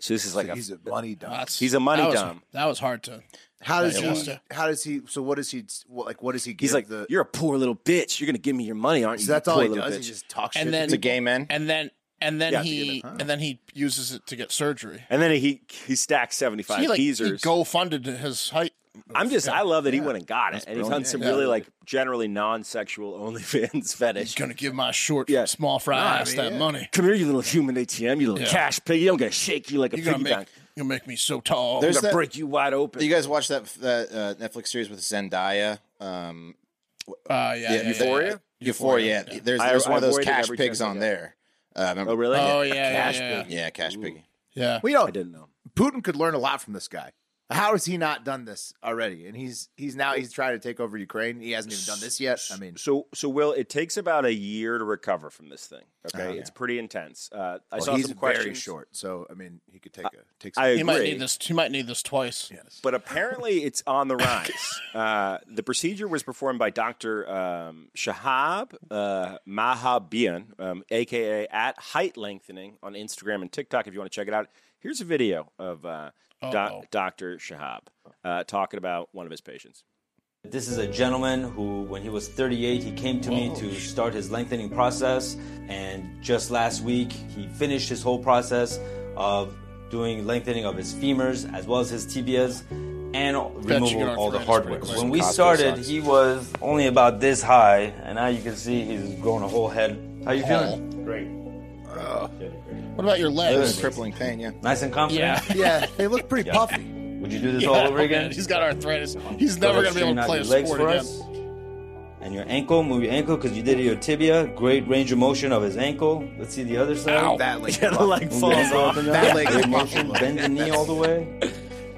S2: So this is like a,
S1: He's a money dog.
S3: That's,
S2: He's a money
S3: that was-
S2: dom.
S3: That was hard to.
S1: How does
S3: Yeah,
S1: he?
S3: yeah.
S1: How does he? So what does he? What, like what does he? Give
S2: He's like,
S1: the.
S2: you're a poor little bitch. You're gonna give me your money, aren't you?
S1: so that's
S2: you
S1: all
S2: poor
S1: he
S2: little
S1: does. He
S2: bitch."
S1: just talks
S3: And
S1: shit.
S3: then-
S4: It's a gay man.
S3: and then and then
S2: Yeah, to get
S3: he
S2: it, huh?
S3: and then he uses it to get surgery.
S2: and then he he stacks seventy
S3: So
S2: five
S3: he like he
S2: teasers.
S3: go funded his height.
S2: I'm just I love that he went and got it,
S4: That's
S2: and he's on
S4: brilliant.
S2: some
S4: Yeah.
S2: really like generally non sexual OnlyFans fetish.
S3: He's gonna give my short
S2: Yeah.
S3: small fry
S2: Nah, I
S3: ass
S2: mean,
S3: that
S2: yeah.
S3: money.
S2: Come here, you little human ATM, you little
S3: Yeah.
S2: cash pig. You don't get to shake you like a
S3: You're gonna
S2: piggy
S3: make
S2: bank.
S3: you'll make me so tall.
S2: I'm
S4: There's
S2: gonna
S4: that-
S2: break you wide open.
S4: You guys watch that that uh, Netflix series with Zendaya? Um,
S3: uh, yeah, yeah, yeah,
S2: Euphoria?
S4: Euphoria.
S3: yeah.
S4: There's,
S2: I-
S4: there's
S2: I
S4: one of those
S2: avoided
S4: cash
S2: every
S4: pigs
S2: chance I
S4: on
S2: got.
S4: there. Uh, remember?
S2: oh, really?
S3: Oh yeah, yeah,
S2: cash
S3: yeah,
S2: pig.
S4: Yeah, cash piggy.
S3: yeah.
S1: we know
S2: I didn't know.
S1: Putin could learn a lot from this guy. How has he not done this already? And he's he's now he's trying to take over Ukraine. He hasn't even done this yet. I mean,
S2: So, so Will, it takes about a year to recover from this thing. Okay, it's pretty intense. Uh, I
S1: Oh, well,
S2: saw
S1: he's
S2: some questions.
S1: very short. So I mean, he could take a take. Some,
S2: I
S3: He
S2: agree.
S3: might need this. He might need this twice.
S1: yes.
S2: but apparently it's on the rise. Uh, the procedure was performed by Dr. Um, Shahab uh, Mahabian, um, aka at height lengthening, on Instagram and TikTok. If you want to check it out, here's a video of uh,
S3: Uh-oh.
S2: doc Dr. Shahab uh, talking about one of his patients.
S6: This is a gentleman who, when he was 38, he came to me to start his lengthening process. And just last week, he finished his whole process of doing lengthening of his femurs as well as his tibias and removal of all the
S3: arthritis
S6: hardware.
S3: pretty quick.
S6: When we
S4: Costco
S6: started,
S4: sucks.
S6: he was only about this high. And now you can see he's grown a whole head. How you feeling? Great.
S3: What about your legs?
S4: Crippling pain. Yeah.
S6: Nice and confident?
S3: Yeah.
S1: yeah, they look pretty puffy.
S6: Would you do this
S3: Yeah,
S6: all over
S3: oh,
S6: again?
S3: man, He's got arthritis. He's never
S6: Go
S3: gonna be able to play a
S6: ahead,
S3: sport
S6: straighten out your
S3: again.
S6: legs for us. And your ankle, move your ankle because you did your tibia. Great range of motion of his ankle. Let's see the other side.
S1: That leg.
S2: Yeah, the leg
S6: Move your
S2: falls
S6: ankle up
S2: off.
S6: and
S1: That
S6: down.
S1: leg
S6: Great
S1: is
S6: motion. Bend the knee all the way.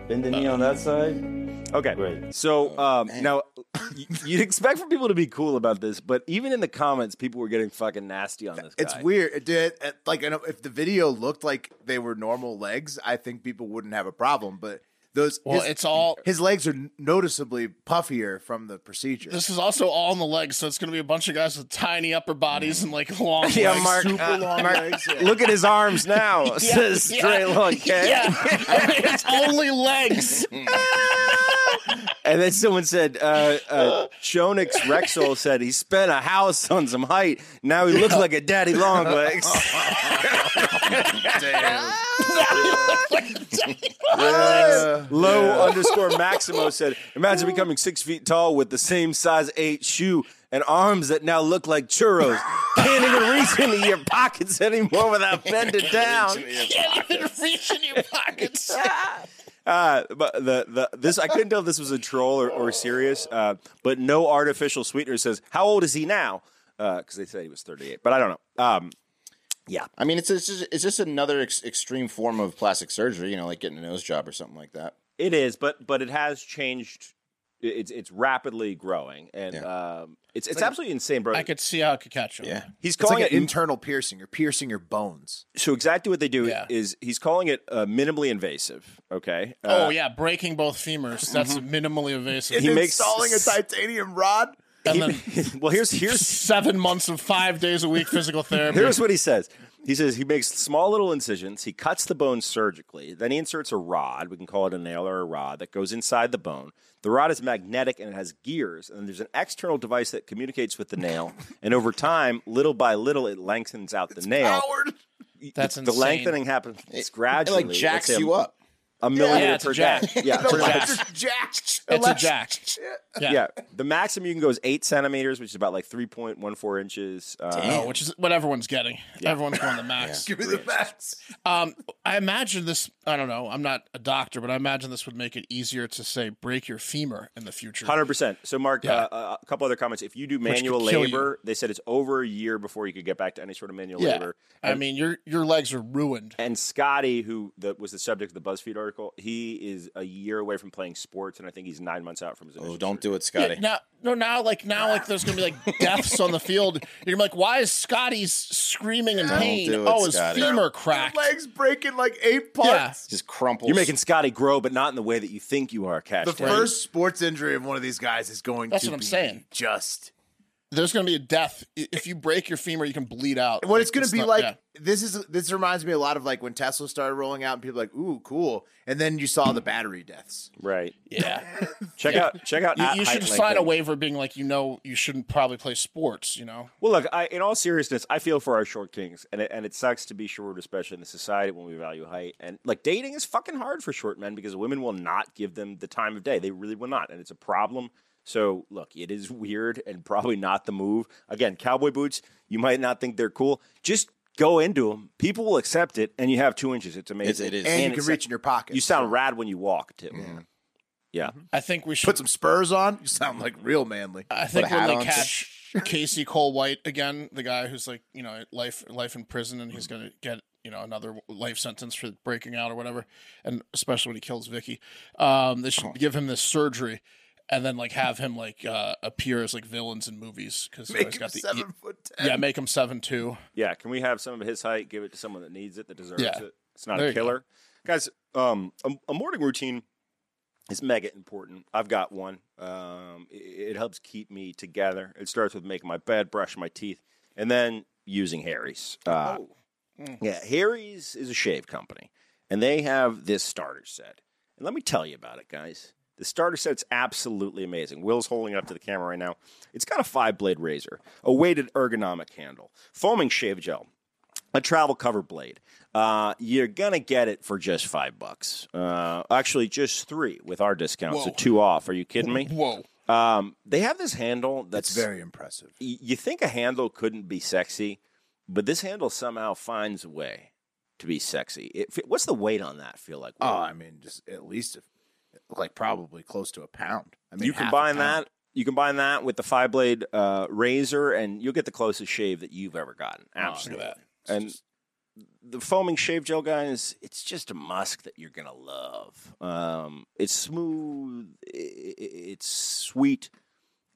S6: Bend the knee on that side.
S2: Okay,
S6: Great.
S2: So um, now y- you'd expect for people to be cool about this, but even in the comments, people were getting fucking nasty on this.
S1: It's
S2: guy.
S1: weird. It did it- like I know if the video looked like they were normal legs, I think people wouldn't have a problem. But those
S3: Well,
S1: his,
S3: it's all.
S1: his legs are noticeably puffier from the procedure.
S3: This is also all in the legs, so it's gonna be a bunch of guys with tiny upper bodies and like long.
S2: Yeah,
S3: legs.
S2: Mark.
S1: super
S2: uh,
S1: long
S2: Mark,
S1: legs, yeah.
S2: Look at his arms now. Says
S3: yeah,
S2: straight long okay?
S3: Yeah, it's only legs.
S2: And then someone said, uh, uh, Shonix Rexel said he spent a house on some height. Now he looks like a daddy long legs.
S1: Uh,
S2: Low underscore Maximo said, imagine becoming six feet tall with the same size eight shoe and arms that now look like churros. Can't even reach into your pockets anymore without bending down.
S3: Can't even reach in your pockets.
S2: Uh, but the, the this I couldn't tell if this was a troll or, or serious. Uh, but no artificial sweetener says how old is he now? Because they said he was 38, but I don't know. Um,
S4: I mean, it's it's just, it's just another ex- extreme form of plastic surgery. You know, like getting a nose job or something like that.
S2: it is, but but it has changed. It- It's it's rapidly growing, and um, it's it's absolutely insane, bro.
S3: I could see how it could catch him.
S4: Yeah.
S2: He's
S1: it's
S2: calling
S1: like an
S2: it
S1: internal piercing. You're piercing your bones.
S2: so exactly what they do
S3: Yeah.
S2: is he's calling it uh, minimally invasive. Okay. Uh,
S3: Oh yeah, breaking both femurs. That's minimally invasive.
S2: He
S1: And
S2: makes-
S1: installing a titanium rod.
S3: and then
S2: well, here's here's
S3: seven months of five days a week physical therapy.
S2: Here's what he says. He says he makes small little incisions. He cuts the bone surgically. Then he inserts a rod. We can call it a nail or a rod that goes inside the bone. The rod is magnetic and it has gears. And there's an external device that communicates with the nail. and over time, little by little, it lengthens out the nail.
S1: Howard.
S3: That's
S2: the
S3: insane.
S2: lengthening happens it's
S4: It
S2: gradually.
S4: like jacks
S2: Let's say
S4: you
S2: a,
S4: up.
S2: a millimeter
S3: Yeah, it's a
S2: per
S3: jack.
S2: day. Yeah,
S1: The
S2: pretty much.
S1: electric jack.
S3: It's a
S1: Elect-
S3: jack. Yeah.
S2: yeah. The maximum you can go is eight centimeters, which is about like three point one four inches. Uh,
S3: Oh, which is what everyone's getting. Everyone's going to max.
S1: Give me the max.
S3: Um, I imagine this. I don't know. I'm not a doctor, but I imagine this would make it easier to say break your femur in the future.
S2: Hundred percent. So, Mark,
S3: Yeah.
S2: uh, uh, a couple other comments. If you do manual
S3: kill you.
S2: labor, they said it's over a year before you could get back to any sort of manual
S3: Yeah.
S2: labor.
S3: I mean, your your legs are ruined.
S2: And Scotty, who the, was the subject of the BuzzFeed article, he is a year away from playing sports, and I think he's nine months out from his.
S4: Oh,
S2: initial
S4: don't do it,
S3: Yeah,
S4: Scotty.
S3: now, no, now, like now, like there's gonna be like deaths on the field. You're gonna be like, why is Scotty screaming in pain?
S4: do it,
S3: oh, his
S4: Scotty.
S3: femur cracked.
S1: Legs breaking like eight parts.
S3: Yeah.
S4: Just crumples.
S2: You're making Scotty grow, but not in the way that you think you are, Cash.
S1: The
S2: Tag.
S1: first sports injury of one of these guys is going
S3: That's
S1: to
S3: what I'm
S1: be
S3: saying.
S1: just
S3: there's going to be a death I- if you break your femur. You can bleed out.
S1: What it's going to be
S3: not-
S1: like?
S3: yeah.
S1: This is this reminds me a lot of like when Tesla started rolling out, and people were like, "Ooh, cool!" And then you saw the battery deaths.
S2: Right.
S3: Yeah,
S2: Check out. Check out. at
S3: you, you should
S2: Heitlink.
S3: sign a waiver being like, you know, you shouldn't probably play sports. You know,
S2: Well, look. I, in all seriousness, I feel for our short kings, and it, and it sucks to be short, especially in the society when we value height. And like dating is fucking hard for short men because women will not give them the time of day. They really will not, and it's a problem. So look, it is weird and probably not the move. Again, cowboy boots. You might not think they're cool. Just go into them. People will accept it, and you have two inches. It's amazing.
S4: it is.
S1: And, you
S2: it's
S1: can reach in your pocket.
S2: You sound rad when you walk too. Yeah.
S3: I think we should
S1: Put some spurs on. You sound like real manly.
S3: I think
S4: a
S3: when
S4: hat
S3: they
S4: on,
S3: catch Casey Cole White again, the guy who's like you know life life in prison, and he's gonna get you know another life sentence for breaking out or whatever, and especially when he kills Vicky, um, they should give him this surgery. And then like have him like uh, appear as like villains in movies because he's
S1: Make
S3: always
S1: him
S3: got the e
S1: seven foot ten.
S3: yeah make him seven two
S2: Yeah, can we have some of his height? Give it to someone that needs it, that deserves
S3: Yeah.
S2: it. It's not
S3: There
S2: a
S3: you go.
S2: killer, guys. Um, a, a morning routine is mega important. I've got one. Um, i- it, helps keep me together. It starts with making my bed, brushing my teeth, and then using Harry's. Uh,
S3: Oh,
S2: Yeah, Harry's is a shave company, and they have this starter set. And let me tell you about it, guys. The starter set's absolutely amazing. Will's holding it up to the camera right now. It's got a five blade razor, a weighted ergonomic handle, foaming shave gel, a travel cover blade. Uh, you're gonna get it for just five bucks. Uh, actually, just three with our discount, so
S3: Whoa.
S2: two off. Are you kidding me?
S3: whoa
S2: Um, they have this handle that's very
S1: Very impressive.
S2: y- you think a handle couldn't be sexy, but this handle somehow finds a way to be sexy. It, fe- what's the weight on that feel like?
S1: Oh, I mean, just at least like probably close to a pound. I mean,
S2: you
S1: half a
S2: combine
S1: pound.
S2: that. You combine that with the five blade uh, razor, and you'll get the closest shave that you've ever gotten. Absolutely. and the foaming shave gel, guys, it's just a musk that you're gonna love. Um, it's smooth. i- i- It's sweet.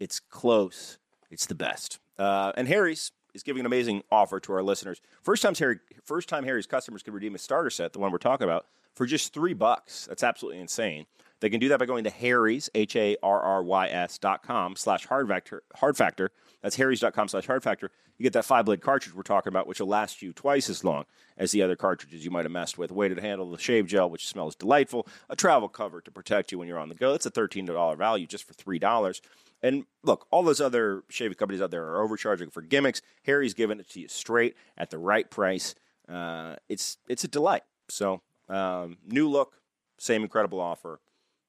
S2: It's close. It's the best. Uh, and Harry's is giving an amazing offer to our listeners. First time Harry, first time Harry's customers can redeem a starter set, the one we're talking about, for just three bucks. That's absolutely insane. They can do that by going to Harry's H A R R Y S dot com slash hard factor hard factor. That's Harry's.com slash hard factor. You get that five blade cartridge we're talking about, which will last you twice as long as the other cartridges you might have messed with. Weighted handle, the shave gel, which smells delightful, a travel cover to protect you when you're on the go. That's a $13 value just for $3. And look, all those other shaving companies out there are overcharging for gimmicks. Harry's giving it to you straight at the right price. Uh, it's it's a delight. So um, new look, same incredible offer.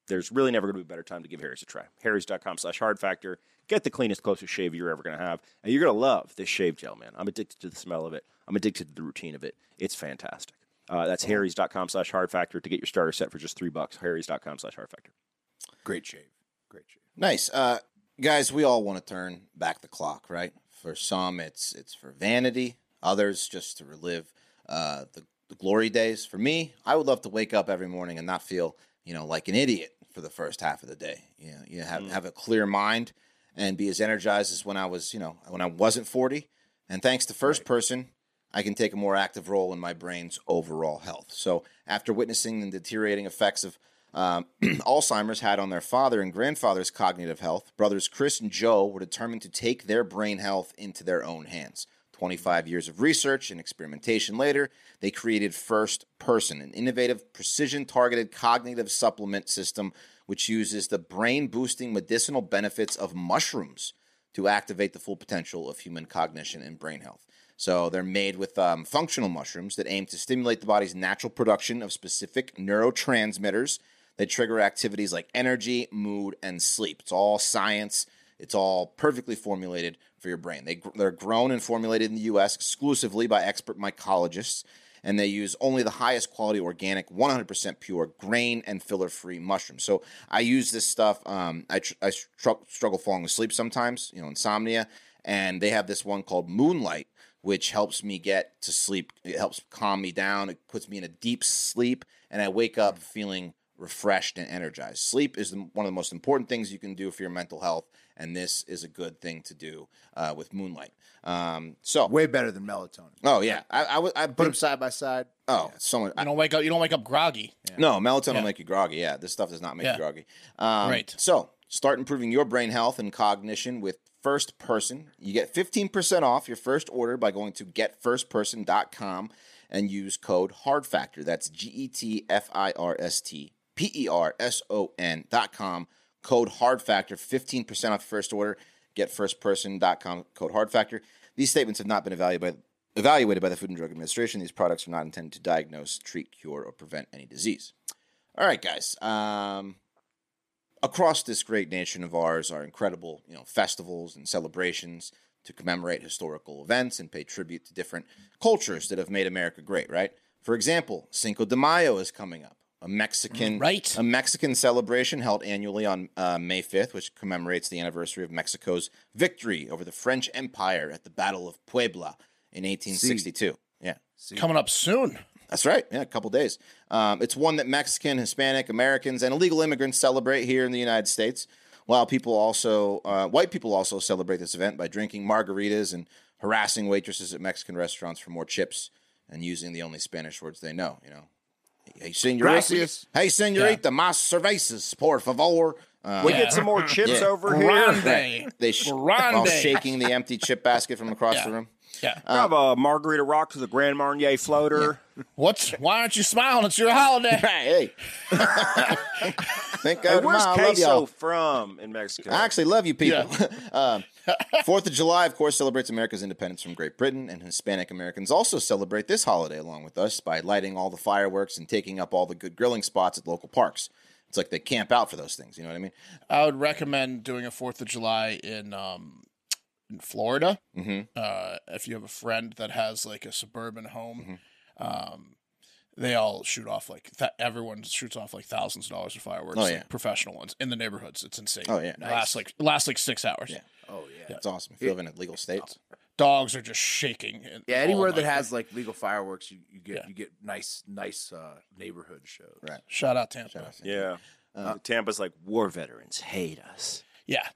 S2: There's really never going to be a better time to give Harry's a try. Harry's.com slash hard factor. Get the cleanest, closest shave you're ever going to have. And you're going to love this shave gel, man. I'm addicted to the smell of it. I'm addicted to the routine of it. It's fantastic. Uh, that's harrys.com slash hard factor to get your starter set for just three bucks. Harrys.com slash hard factor.
S1: Great shave. Great shave.
S4: Nice. Uh, guys, we all want to turn back the clock, right? For some, it's it's for vanity. Others, just to relive uh, the, the glory days. For me, I would love to wake up every morning and not feel, you know, like an idiot for the first half of the day. You know, you have, have a clear mind and be as energized as when I was, you know, when I wasn't 40. And thanks to first person, I can take a more active role in my brain's overall health. So, after witnessing the deteriorating effects of um, Alzheimer's had on their father and grandfather's cognitive health, brothers Chris and Joe were determined to take their brain health into their own hands. 25 years of research and experimentation later, they created First Person, an innovative, precision targeted cognitive supplement system which uses the brain boosting medicinal benefits of mushrooms to activate the full potential of human cognition and brain health. So they're made with um, functional mushrooms that aim to stimulate the body's natural production of specific neurotransmitters that trigger activities like energy, mood, and sleep. It's all science. It's all perfectly formulated for your brain. They, gr- they're grown and formulated in the U.S. exclusively by expert mycologists, and they use only the highest quality organic, 100% pure grain and filler-free mushrooms. So I use this stuff. Um, I, tr- I str- struggle falling asleep sometimes, you know, insomnia, and they have this one called Moonlight, which helps me get to sleep. It helps calm me down. It puts me in a deep sleep, and I wake up feeling refreshed and energized. Sleep is the, one of the most important things you can do for your mental health, and this is a good thing to do uh, with Moonlight. Um, so,
S1: Way better than melatonin.
S4: oh yeah, I, I, would- I
S1: Put
S4: put
S1: them side by side.
S4: oh someone
S3: you don't wake up you don't wake up groggy
S4: no, melatonin will
S3: Yeah.
S4: make you groggy. Yeah, this stuff does not make
S3: Yeah.
S4: you groggy. Um,
S3: Right.
S4: So start improving your brain health and cognition with first person. You get 15% off your first order by going to getfirstperson.com and use code HARDFACTOR. That's G E T F I R S T P E R S O N.com. Code HARDFACTOR, 15% off your first order. Getfirstperson.com, code HARDFACTOR. These statements have not been evaluated by, evaluated by the Food and Drug Administration. These products are not intended to diagnose, treat, cure, or prevent any disease. All right, guys. Um, across this great nation of ours are incredible, you know, festivals and celebrations to commemorate historical events and pay tribute to different cultures that have made America great, right? For example, Cinco de Mayo is coming up, a Mexican
S3: Right.
S4: a Mexican celebration held annually on uh, May 5th, which commemorates the anniversary of Mexico's victory over the French Empire at the Battle of Puebla in 1862. Yeah.
S3: Coming up soon.
S4: That's right. Yeah, a couple days. Um, it's one that Mexican, Hispanic, Americans, and illegal immigrants celebrate here in the United States. While people also, uh, white people also celebrate this event by drinking margaritas and harassing waitresses at Mexican restaurants for more chips and using the only Spanish words they know. You know, hey señorita,
S1: Gracias.
S4: hey señorita, mas cervezas, por favor. Uh,
S2: We get some more chips
S4: Yeah.
S2: over here.
S3: Grande.
S4: they sh-
S3: Grande.
S4: while shaking the empty chip basket from across the room.
S3: Yeah.
S4: Uh,
S2: Have a margarita rock to the Grand Marnier floater.
S3: What's why aren't you smiling? It's your holiday.
S4: Hey, think
S2: Hey,
S4: I
S2: where's
S4: love y'all.
S2: queso from in Mexico?
S4: I actually love you people. um, Fourth of July, of course, celebrates America's independence from Great Britain, and Hispanic Americans also celebrate this holiday along with us by lighting all the fireworks and taking up all the good grilling spots at local parks. It's like they camp out for those things. You know what I mean?
S3: I would recommend doing a Fourth of July in um in Florida.
S4: Mhm.
S3: Uh, if you have a friend that has like a suburban home,
S4: Mm-hmm.
S3: um, they all shoot off like th- everyone shoots off like thousands of dollars of fireworks.
S4: Oh,
S3: like,
S4: yeah.
S3: professional ones in the neighborhoods. It's insane.
S4: Oh, yeah.
S3: It lasts like it lasts like six hours.
S4: Yeah.
S1: Oh yeah.
S4: It's awesome. If you live in a legal state,
S3: Dogs are just shaking. and-
S1: Yeah,
S3: all
S1: anywhere that
S3: night.
S1: has like legal fireworks, you, you get
S3: Yeah.
S1: you get nice nice uh, neighborhood shows.
S4: Right.
S3: shout out Tampa.
S2: yeah.
S4: Uh,
S2: Tampa's like war veterans hate us.
S3: Yeah,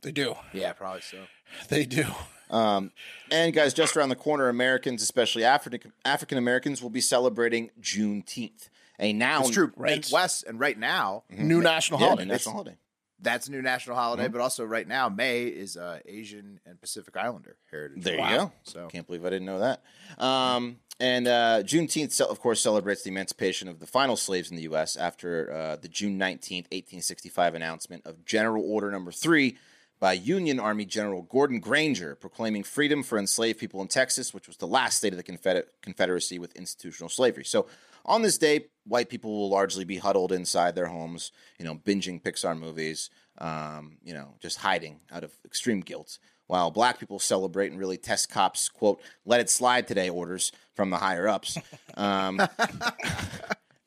S3: they do.
S1: Yeah, probably so.
S3: They do.
S4: Um, and guys, just around the corner, Americans, especially African African Americans, will be celebrating Juneteenth. A now
S1: It's true.
S3: right.
S1: And Wes, and right now,
S3: New national
S4: Mm-hmm. yeah,
S3: holiday.
S4: national holiday.
S1: that's a new national holiday,
S4: Mm-hmm.
S1: but also right now, May is uh, Asian and Pacific Islander heritage.
S4: There
S1: Month.
S4: you go.
S1: So
S4: Can't believe I didn't know that. Um, and uh, Juneteenth, ce- of course, celebrates the emancipation of the final slaves in the U.S. after uh, the June 19th, 1865 announcement of General Order Number 3 by Union Army General Gordon Granger, proclaiming freedom for enslaved people in Texas, which was the last state of the Confeder- Confederacy with institutional slavery. So on this day, white people will largely be huddled inside their homes, you know, binging Pixar movies, um, you know, just hiding out of extreme guilt while black people celebrate and really test cops quote let it slide today orders from the higher ups um,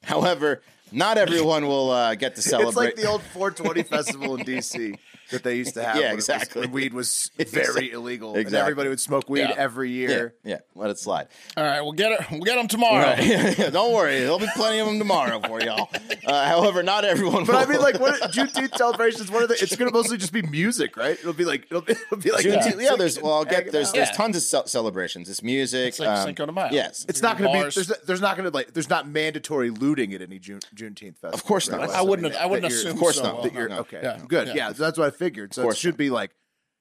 S4: however not everyone will uh, get to
S1: it's
S4: celebrate
S1: like the old 420 festival in DC that they used to have.
S4: Yeah,
S1: when it was-
S4: exactly.
S1: when weed was
S4: Exactly.
S1: very illegal, and
S4: Exactly.
S1: everybody would smoke weed
S3: Yeah.
S1: every
S4: yeah,
S1: year.
S4: yeah let it slide
S3: All right, we'll get it. We'll get them tomorrow.
S4: Yeah, don't worry there'll be plenty of them tomorrow for y'all uh, however not everyone
S1: But
S4: will.
S1: I mean, like, what Juneteenth celebrations? What are the? It's going to mostly just be music, right? It'll be like it'll be, it'll be like
S4: Juneteenth- yeah, there's well, I'll
S1: Hanging
S4: get there's
S1: out.
S4: there's
S3: Yeah.
S4: tons of ce- celebrations. It's music. um,
S3: It's like Cinco de Mayo.
S4: Yes,
S1: It's not going to be.
S3: Bars.
S1: There's, there's not going to like. There's not mandatory looting at any June, Juneteenth festival.
S4: Of course not.
S1: right?
S3: I wouldn't.
S1: mean,
S3: I wouldn't
S1: that you're-
S3: assume.
S4: of course
S3: so
S4: not.
S3: well.
S1: That you're
S4: no.
S1: okay.
S3: Yeah.
S1: Good.
S3: Yeah.
S1: Yeah. so that's what I figured. So it
S4: course
S1: should
S4: not.
S1: be like.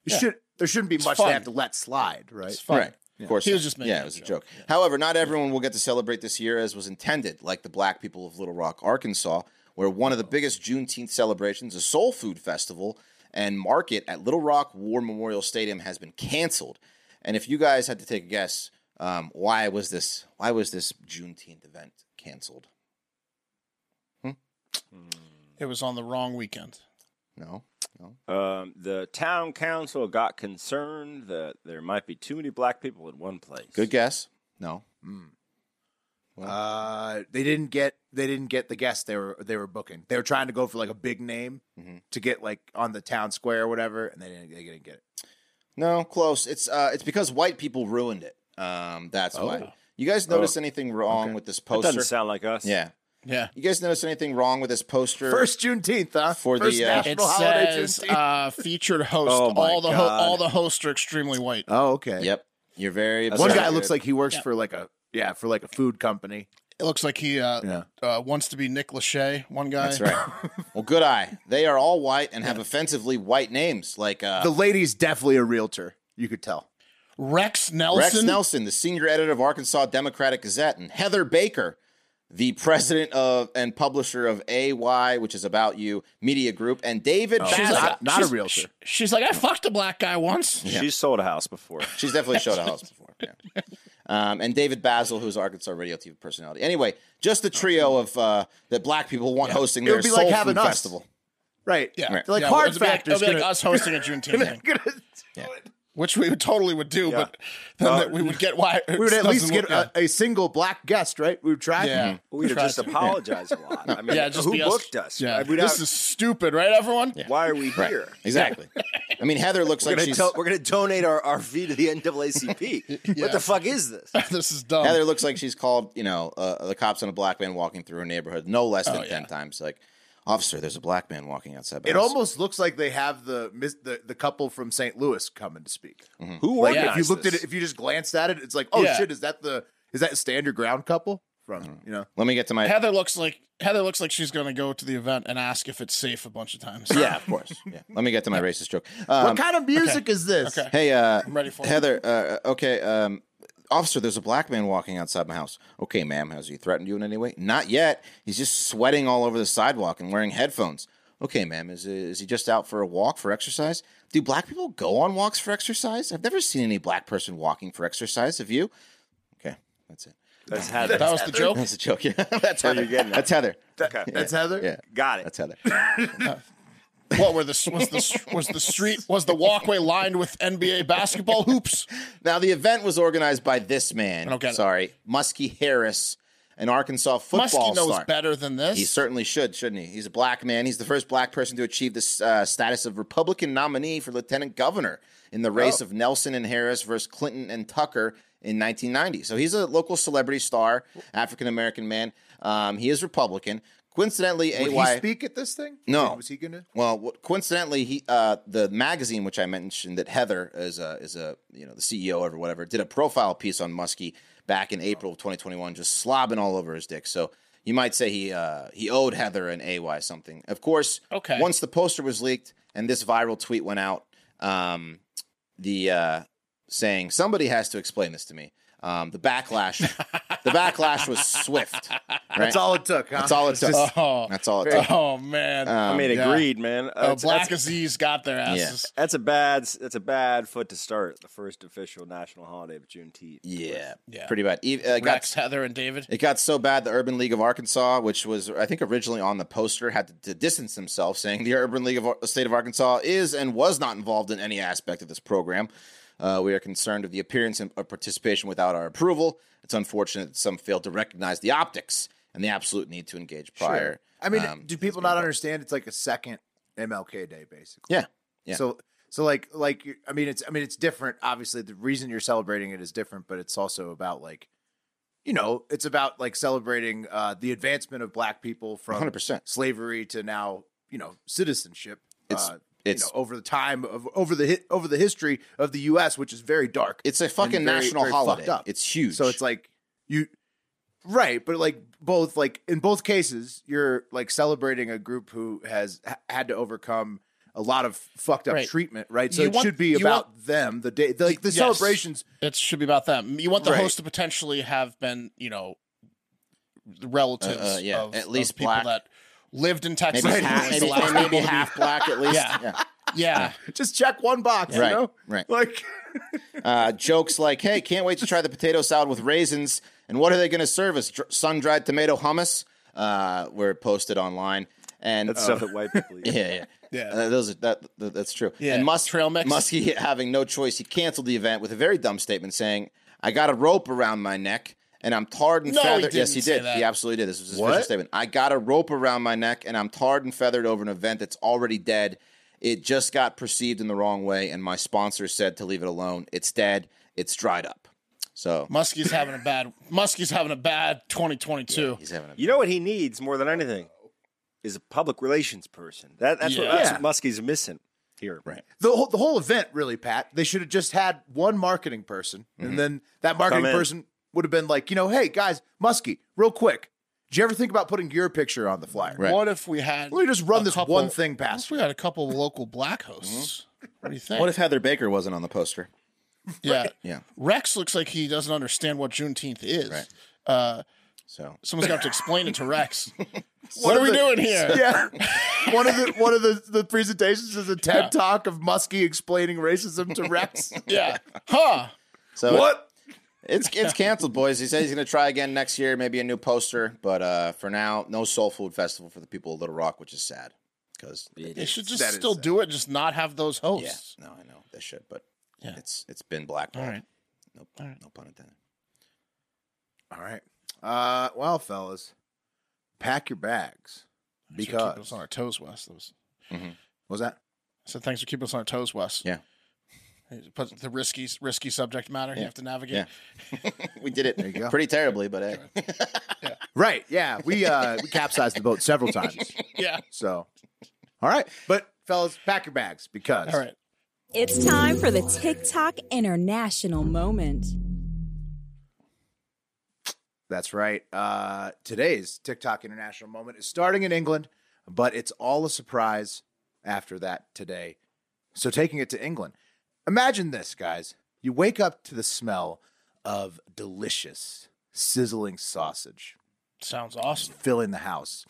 S1: You
S3: Yeah.
S1: should. There shouldn't be much
S3: fun.
S1: they have to let slide, right?
S3: fun.
S4: Right. Of course.
S3: He was
S4: not.
S3: just making
S4: Yeah,
S3: a
S4: it was a
S3: joke.
S4: joke. However, not everyone will get to celebrate this year as was intended, like the black people of Little Rock, Arkansas, where one of the biggest Juneteenth celebrations, a soul food festival and market at Little Rock War Memorial Stadium, has been canceled. And if you guys had to take a guess, um, why was this why was this Juneteenth event canceled?
S3: It was on the wrong weekend.
S4: No? No?
S2: Um, the town council got concerned that there might be too many black people in one place.
S4: Good guess. No.
S1: Uh, they didn't get. They didn't get the guests they were they were booking. They were trying to go for like a big name to get like on the town square or whatever, and they didn't. They didn't get it.
S4: No, close. It's uh, it's because white people ruined it. Um, that's why. You guys notice anything wrong with this
S2: That
S4: poster?
S2: doesn't sound like us.
S4: yeah.
S3: Yeah.
S4: You guys notice anything wrong with this poster?
S1: First Juneteenth, huh?
S4: For the,
S1: First
S4: uh,
S3: It
S1: national holiday
S3: says
S1: Juneteenth.
S3: uh, featured host.
S2: Oh, my
S3: all the ho-
S2: God.
S3: all the hosts are extremely white.
S1: oh, okay.
S4: Yep. You're very.
S2: That's
S1: One
S2: right.
S1: guy looks like he works
S3: Yeah.
S1: for like a yeah for like a food company.
S3: It looks like he uh,
S1: Yeah.
S3: uh, wants to be Nick Lachey. One guy.
S4: That's right. well, good eye. They are all white and have offensively white names, like uh,
S1: The lady's definitely a realtor. You could tell.
S3: Rex Nelson.
S4: Rex Nelson, the senior editor of Arkansas Democratic Gazette, and Heather Baker, the president of and publisher of AY, which is about you media group, and David.
S3: She's
S4: Baza.
S3: like-
S1: Not- not a
S3: she's-
S1: realtor.
S3: sh- She's like, I fucked a black guy once.
S2: She's sold a house before.
S4: She's definitely showed a house before. Yeah. Um, and David Basil, who's Arkansas radio TV personality. Anyway, just the trio of uh, that black people want hosting
S1: It would
S4: their
S1: be
S4: soul
S1: like having
S4: food
S1: us.
S4: festival.
S1: Right.
S3: Yeah.
S1: They're like
S3: yeah,
S1: hard
S3: it'd be like-
S1: factors.
S3: it'd be like
S1: gonna-
S3: us hosting a Juneteenth thing,
S1: gonna-
S3: which we would totally would do, but then that we would get why
S1: Uh, we would at least get a, a single black guest, right? We would try.
S3: yeah.
S2: We'd have
S3: Try
S2: just
S3: to.
S2: apologized a lot. I mean,
S3: Yeah, just
S2: who
S3: be us.
S2: booked us?
S3: Yeah,
S2: We'd
S3: this
S2: have-
S3: is stupid, right, everyone?
S2: why are we here?
S4: Exactly. I mean, Heather looks
S2: We're
S4: like
S2: gonna,
S4: she's
S2: do- we're gonna donate our RV to the NAACP. What the fuck is this?
S3: this is dumb.
S4: Heather looks like she's called, you know, uh, the cops on a black man walking through a neighborhood no less than
S3: Oh, yeah.
S4: 10 times. Like, officer, there's a black man walking outside. my
S1: It
S4: house."
S1: almost looks like they have the mis- the, the couple from St. Louis coming to speak.
S2: Who
S1: Like
S2: organized
S1: if you looked
S2: this?
S1: at it, if you just glanced at it, it's like, oh
S3: Yeah.
S1: shit, is that the is that stand your ground couple from you know?
S4: Let me get to my.
S3: Heather looks like Heather looks like she's gonna go to the event and ask if it's safe a bunch of times.
S4: yeah, of course. Yeah. Let me get to my racist joke. Um,
S1: what kind of music is this?
S3: Okay.
S4: Hey, uh,
S3: I'm ready for it.
S4: Heather. Uh, okay, um, officer, there's a black man walking outside my house. Okay, ma'am, has he threatened you in any way? Not yet. He's just sweating all over the sidewalk and wearing headphones. Okay, ma'am, is is he just out for a walk for exercise? Do black people go on walks for exercise? I've never seen any black person walking for exercise. Have you? Okay, that's it.
S2: That's how
S3: that was the joke.
S4: That's a joke. Yeah, that's Heather.
S2: you're getting it.
S4: that's Heather.
S2: Okay.
S1: That's Heather.
S4: Yeah,
S2: Got it.
S4: that's Heather.
S3: What were the was the was the street was the walkway lined with NBA basketball hoops?
S4: Now, the event was organized by this man.
S3: don't get it.
S4: Sorry, Muskie Harris, an Arkansas football
S3: Muskie knows
S4: star.
S3: better than this.
S4: He certainly should, shouldn't he? He's a black man. He's the first black person to achieve this uh, status of Republican nominee for lieutenant governor in the race of Nelson and Harris versus Clinton and Tucker in 1990. So he's a local celebrity star, African American man. Um, he is Republican. Coincidentally,
S1: Would
S4: AY.
S1: he speak at this thing?
S4: No.
S1: Was he gonna?
S4: Well, wh- coincidentally, he uh, the magazine which I mentioned that Heather is a is a you know the CEO of or whatever did a profile piece on Muskie back in April of 2021, just slobbing all over his dick. So you might say he uh, he owed Heather an AY something. Of course,
S3: Okay.
S4: Once the poster was leaked and this viral tweet went out, um, the uh, saying somebody has to explain this to me. Um, the backlash, the backlash was swift. right?
S1: That's all it took. Huh?
S4: That's all it took.
S3: oh,
S4: That's all it Um, took.
S3: oh man,
S2: I mean,
S3: yeah.
S2: agreed, man.
S3: oh,
S2: That's-
S3: Black
S2: that's,
S3: Aziz got their asses.
S2: that's a bad. That's a bad foot to start the first official national holiday of Juneteenth.
S4: Yeah,
S3: Yeah.
S4: pretty bad. Eve- Uh, got
S3: Rex, Heather, and David.
S4: It got so bad, the Urban League of Arkansas, which was, I think, originally on the poster, had to, to distance themselves, saying the Urban League of Ar- State of Arkansas is and was not involved in any aspect of this program. Uh, we are concerned of the appearance and of participation without our approval. It's unfortunate that some failed to recognize the optics and the absolute need to engage prior.
S1: I mean,
S4: um,
S1: do people not understand? It's like a second MLK Day, basically.
S4: Yeah, yeah.
S1: So so like like you- I mean it's I mean it's different. Obviously, the reason you're celebrating it is different, but it's also about like you know it's about like celebrating uh, the advancement of Black people from
S4: 100%.
S1: slavery to now you know citizenship.
S4: It's-
S1: uh,
S4: it's-
S1: you know, over the time of over the hit over the history of the U.S., which is very dark.
S4: It's a
S1: and
S4: fucking
S1: very-
S4: national
S1: very fucked
S4: holiday.
S1: up.
S4: It's huge.
S1: So it's like you right, but like both like in both cases you're like celebrating a group who has h- had to overcome a lot of fucked up
S3: Right.
S1: treatment, right? So
S3: You
S1: it
S3: want-
S1: should be
S3: you
S1: about
S3: want-
S1: them. The day, the, like the
S3: Yes.
S1: celebrations.
S3: It should be about them. You want the
S1: Right.
S3: host to potentially have been, you know, relatives.
S4: Uh, uh, yeah,
S3: of,
S4: at least
S3: of people
S4: black.
S3: that lived in Texas.
S4: maybe,
S3: and
S4: half,
S3: was the
S4: maybe,
S3: last
S4: maybe
S3: people to be-
S4: half black at least.
S3: Yeah. Yeah,
S1: Just check one box,
S4: Right,
S1: you know?
S4: right.
S1: Like
S4: uh, jokes like, "Hey, can't wait to try the potato salad with raisins." And what are they going to serve us? Dr- sun-dried tomato hummus uh, were posted online, and
S2: That's
S4: uh,
S2: stuff that white people eat.
S4: yeah, yeah,
S3: Yeah.
S4: Uh, those are, that, that that's true.
S3: Yeah,
S4: And Musk,
S3: trail mix.
S4: Muskie having no choice, he canceled the event with a very dumb statement saying, "I got a rope around my neck." And I'm tarred and
S3: No, he
S4: feathered. yes,
S3: didn't
S4: he
S3: say
S4: did.
S3: that.
S4: He absolutely did. This was his
S1: What?
S4: official statement. I got a rope around my neck, and I'm tarred and feathered over an event that's already dead. It just got perceived in the wrong way, and my sponsor said to leave it alone. It's dead. It's dried up. So
S3: Muskie's having a bad. Muskie's having a bad 2022.
S4: he's having a
S2: You know what he needs more than anything is a public relations person. That, that's, what,
S3: Yeah.
S2: that's what Muskie's missing here. Right.
S1: the whole
S4: Mm-hmm.
S1: the whole event really, Pat. They should have just had one marketing person and then that marketing
S2: in.
S1: person would have been like, you know, hey guys, Muskie, real quick, did you ever think about putting your picture on the flyer?
S4: Right.
S3: What if we had?
S1: Let me just run
S3: a
S1: this
S3: couple-
S1: one thing
S3: What
S1: past
S3: if we had a couple local black hosts? What do you think?
S4: What if Heather Baker wasn't on the poster?
S3: yeah,
S4: Yeah.
S3: Rex looks like he doesn't understand what Juneteenth is.
S4: Right.
S3: Uh,
S4: So
S3: someone's got to explain it to Rex. what are we
S1: the-
S3: doing here?
S1: Yeah. one of the one of the, the presentations is a TED talk of Muskie explaining racism to Rex.
S3: Yeah. Huh.
S4: so what? It's it's canceled, boys. He says he's gonna try again next year, maybe a new poster, but uh, for now, no Soul Food Festival for the people of Little Rock, which is sad because
S3: They should just
S1: That is
S3: still
S1: sad.
S3: do it, just not have those
S4: yeah,
S3: hosts.
S4: no, I know they should, but
S3: Yeah.
S4: it's it's been blackballed.
S3: All right.
S4: Nope,
S3: All right.
S4: no pun intended.
S1: All right. Uh well, fellas, pack your bags.
S3: Thanks for keeping
S1: Because
S3: us on our toes, Wes. That was-
S1: was that?
S3: I said thanks for keeping us on our toes, Wes.
S4: Yeah.
S3: Put the risky, risky subject matter you have to navigate.
S4: Yeah. We did it
S1: go.
S4: pretty terribly, but uh, hey,
S1: Right. Yeah. We uh we capsized the boat several times.
S3: Yeah.
S1: So all right. But fellas, pack your bags because
S3: All right.
S7: It's time for the TikTok International Moment.
S1: That's right. Uh, today's TikTok international moment is starting in England, but it's all a surprise after that today. So, taking it to England. Imagine this, guys. You wake up to the smell of delicious, sizzling sausage
S3: Sounds awesome.
S1: filling the house.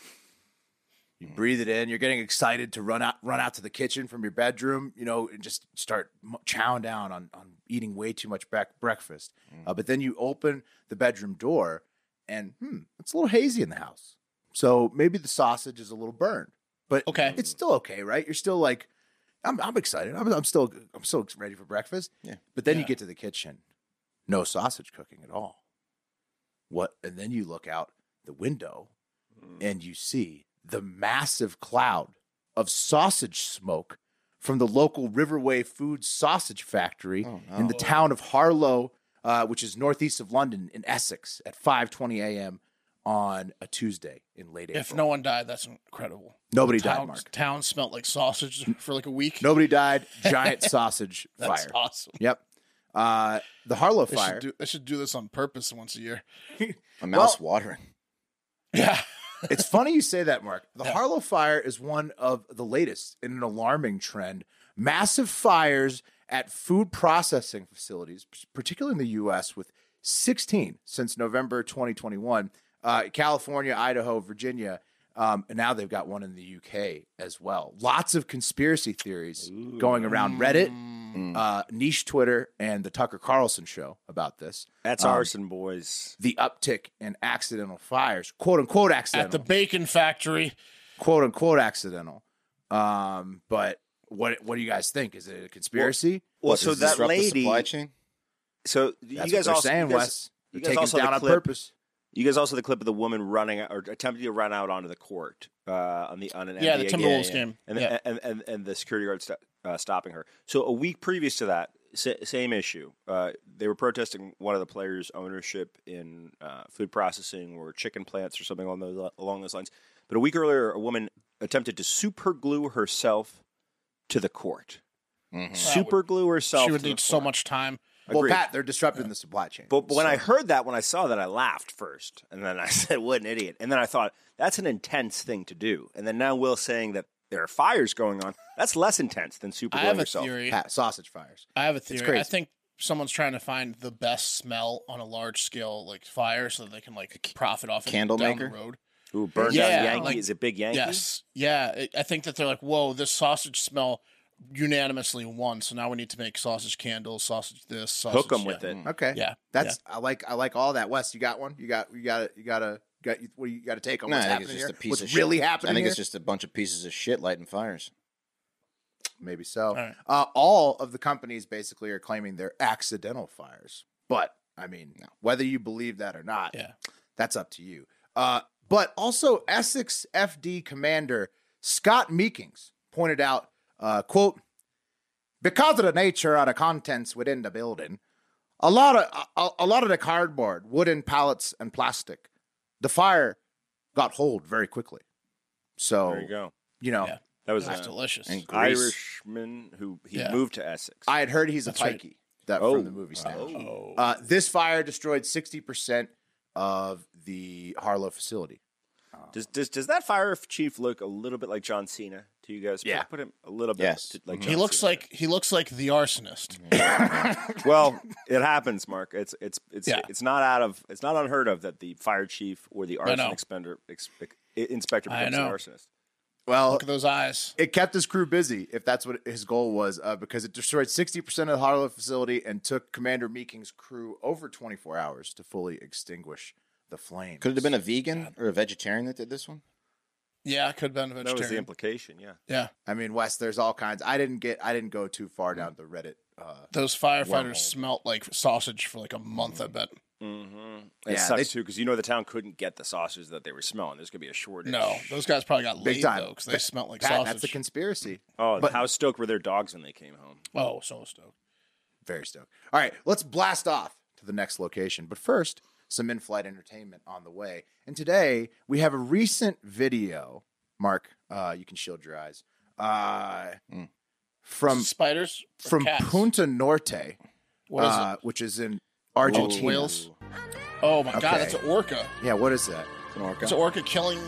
S1: You
S4: Hmm.
S1: breathe it in. You're getting excited to run out, run out to the kitchen from your bedroom, you know, and just start m- chowing down on, on eating way too much back breakfast.
S4: Hmm.
S1: Uh, but then you open the bedroom door, and hmm, it's a little hazy in the house. So maybe the sausage is a little burned, but
S3: Okay.
S1: it's still okay, right? You're still like, I'm, I'm excited. I'm, I'm still, I'm still ready for breakfast.
S4: Yeah.
S1: But then you get to the kitchen, no sausage cooking at all. What? And then you look out the window and you see the massive cloud of sausage smoke from the local Riverway Food Sausage Factory
S3: Oh,
S1: in the town of Harlow, uh, which is northeast of London in Essex, at 5:20 a.m. on a Tuesday in late April.
S3: If no one died, that's incredible.
S1: Nobody died,
S3: town,
S1: Mark.
S3: town smelled like sausage for like a week.
S1: Nobody died. Giant sausage
S3: that's
S1: fire.
S3: awesome.
S1: Yep. Uh, the Harlow
S3: They
S1: fire.
S3: should, do, they should do this on purpose once a year.
S4: my mouth's watering.
S3: Yeah.
S1: It's funny you say that, Mark. The Harlow Fire is one of the latest in an alarming trend. Massive fires at food processing facilities, particularly in the U.S., with 16 since November 2021. Uh, California, Idaho, Virginia, um, and now they've got one in the U.K. as well. Lots of conspiracy theories going around Reddit, uh, niche Twitter, and the Tucker Carlson show about this.
S2: That's
S1: Um,
S2: arson, boys.
S1: The uptick in accidental fires, quote unquote accidental
S3: At the bacon factory.
S1: quote unquote accidental. Um, but what what do you guys think? Is it a conspiracy?
S2: Well,
S4: What,
S2: so
S4: does it
S2: that
S4: disrupt the
S2: lady.
S4: supply chain.
S2: So
S1: That's
S2: you guys
S1: what they're
S2: also
S1: saying,
S2: you guys,
S1: Wes. They're
S2: you guys
S1: taking
S2: also
S1: us down
S2: the
S1: on
S2: clip,
S1: purpose.
S2: You guys also the clip of the woman running or attempting to run out onto the court uh, on the on an
S3: Yeah, the
S2: NBA
S3: Timberwolves
S2: game,
S3: game.
S2: and,
S3: Yeah.
S2: and, and and the security guard st- uh, stopping her. So a week previous to that, sa- same issue. Uh, they were protesting one of the players' ownership in uh, food processing or chicken plants or something along those along those lines. But a week earlier, a woman attempted to super glue herself to the court. Super glue herself.
S3: She would
S2: to the
S3: need so
S2: court.
S3: much time.
S1: Well,
S2: Agreed.
S1: Pat, they're disrupting the supply chain.
S2: But when I heard that, when I saw that, I laughed first, and then I said, "What an idiot!" And then I thought, "That's an intense thing to do." And then now Will saying that there are fires going on. That's less intense than super
S3: I
S2: blowing
S3: have a
S2: yourself.
S3: theory.
S1: Pat, sausage fires.
S3: I have a theory. I
S1: crazy.
S3: think someone's trying to find the best smell on a large scale like fire so that they can like profit off it
S4: candle
S3: down
S4: maker?
S3: the road.
S2: Ooh, burned
S3: Yeah,
S2: down Yankee
S3: like-
S2: is a big Yankee.
S3: Yes. Yeah. It, I think that they're like, whoa, this sausage smell unanimously won. So now we need to make sausage candles, sausage this, sausage.
S2: Hook them with
S3: yeah.
S2: it.
S1: Okay,
S3: Yeah.
S1: that's I like I like all that. Wes, you got one. You got you got it. You got a got you, what do you got to take on
S4: No, I
S1: what's
S4: think
S1: happening
S4: it's just
S1: here.
S4: a piece
S1: what's
S4: of
S1: really
S4: shit.
S1: happening?
S4: I think
S1: here?
S4: it's just a bunch of pieces of shit lighting fires.
S1: maybe so. All,
S3: right.
S1: uh, all of the companies basically are claiming they're accidental fires, but I mean, whether you believe that or not,
S3: Yeah.
S1: that's up to you. Uh, but also, Essex FD commander Scott Meekings pointed out, uh, "quote Because of the nature of the contents within the building, a lot of a, a lot of the cardboard, wooden pallets, and plastic, the fire got hold very quickly. So
S2: There you go.
S1: you know,
S3: Yeah.
S2: That was
S3: That's
S2: an
S3: delicious.
S4: And grease.
S2: Irishman who he
S3: Yeah.
S2: moved to Essex.
S1: I had heard he's a
S3: That's right.
S1: pikey. that
S2: Oh.
S1: from the movie Snatch. Uh, this fire destroyed sixty percent of the Harlow facility.
S2: Does, does does that fire chief look a little bit like John Cena to you guys? Put-
S1: Yeah.
S2: put him a little bit.
S4: Yes.
S2: to- like
S3: Mm-hmm. He
S2: John
S3: looks
S2: Cena.
S3: like he looks like the arsonist.
S2: Well, it happens, Mark. It's it's it's
S3: Yeah.
S2: it's not out of it's not unheard of that the fire chief or the arson
S3: know.
S2: expender ex, ex- inspector
S3: I
S2: becomes an
S3: know.
S2: arsonist.
S1: Well,
S3: Look at those eyes.
S1: it kept his crew busy if that's what his goal was, uh, because it destroyed sixty percent of the Harlow facility and took Commander Meeking's crew over twenty four hours to fully extinguish the flame.
S4: Could it have been a vegan or a vegetarian that did this one?
S3: Yeah, could have been a
S2: That was the
S3: vegetarian.
S2: implication. Yeah.
S3: yeah,
S1: I mean, Wes, there's all kinds. I didn't get. I didn't go too far down the Reddit. Uh,
S3: those firefighters smelt like sausage for like a month. I bet.
S2: It
S1: Yeah,
S2: sucks
S1: they-
S2: too because you know the town couldn't get the sausages that they were smelling. There's gonna be a shortage.
S3: No, those guys probably got
S1: Big
S3: laid
S1: time.
S3: though because they smelt like
S1: Pat,
S3: sausage.
S1: that's a conspiracy.
S2: Oh,
S1: But-
S2: how stoked were their dogs when they came home?
S3: oh, so stoked.
S1: Very stoked. All right, let's blast off to the next location. But first, some in flight entertainment on the way. And today, we have a recent video. Mark, uh, you can shield your eyes. Uh, From
S3: Spiders or
S1: from
S3: cats?
S1: Punta Norte,
S3: What is
S1: uh, which is in
S3: it? Whales?
S1: Argentina.
S3: whales. Oh my god,
S1: Okay.
S3: that's an orca.
S1: Yeah, what is that?
S3: It's an orca killing.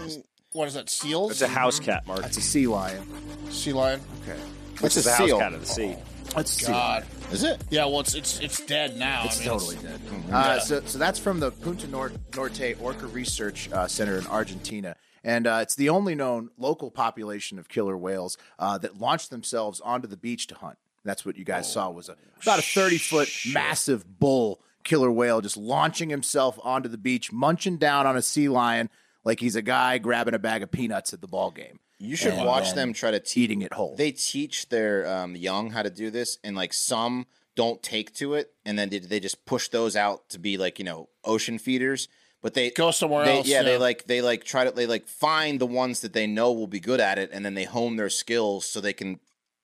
S3: What is that? Seals?
S2: It's a house cat, Mark.
S1: That's a sea lion.
S3: sea lion.
S1: Okay.
S4: That's
S2: It's
S4: a
S2: a house
S4: seal.
S2: cat of the sea.
S1: Let's see.
S3: God.
S4: Is it?
S3: Yeah. Well, it's it's it's dead now. I mean, it's-
S1: dead. Uh, so, so that's from the Punta Nor- Norte Orca Research uh, Center in Argentina. And uh, it's the only known local population of killer whales uh, that launched themselves onto the beach to hunt. That's what you guys saw was a, about a 30 foot massive bull killer whale just launching himself onto the beach, munching down on a sea lion like he's a guy grabbing a bag of peanuts at the ball game,
S3: Oh
S4: You should
S1: And
S4: watch
S1: then
S4: them try to teach.
S1: eating it whole.
S4: They teach their um, young how to do this, and like some don't take to it, and then they, they just push those out to be like you know ocean feeders. But they
S3: Go somewhere
S4: they-
S3: else,
S4: Yeah, they
S3: yeah.
S4: like they like try to they like find the ones that they know will be good at it, and then they hone their skills so they can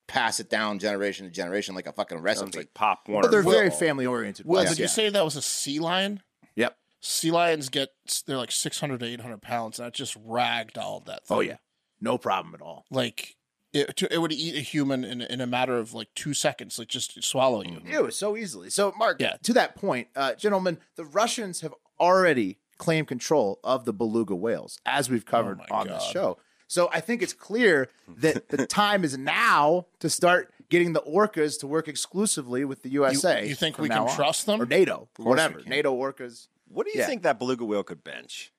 S4: pass it down generation to generation like a fucking
S2: Sounds
S4: recipe.
S2: like Pop Warner.
S1: but they're
S2: Well,
S1: very family oriented.
S3: Well,
S1: whales.
S3: did you say that was a sea lion?
S1: Yep.
S3: Sea lions get they're like six hundred to eight hundred pounds. And I just ragdolled that. Thing.
S1: Oh, yeah. No problem at all.
S3: like it, to, it would eat a human in in a matter of like two seconds, like just swallow you.
S1: It was so easily. So, Mark,
S3: Yeah.
S1: to that point, uh, gentlemen, the Russians have already claimed control of the beluga whales, as we've covered
S3: Oh my
S1: on this
S3: God.
S1: show. So, I think it's clear that the time is now to start getting the orcas to work exclusively with the USA.
S3: you think
S1: from
S3: we can
S1: now on.
S3: trust them?
S1: or NATO, or whatever?
S4: we can.
S1: NATO orcas.
S2: what do you
S1: yeah.
S2: think that beluga whale could bench?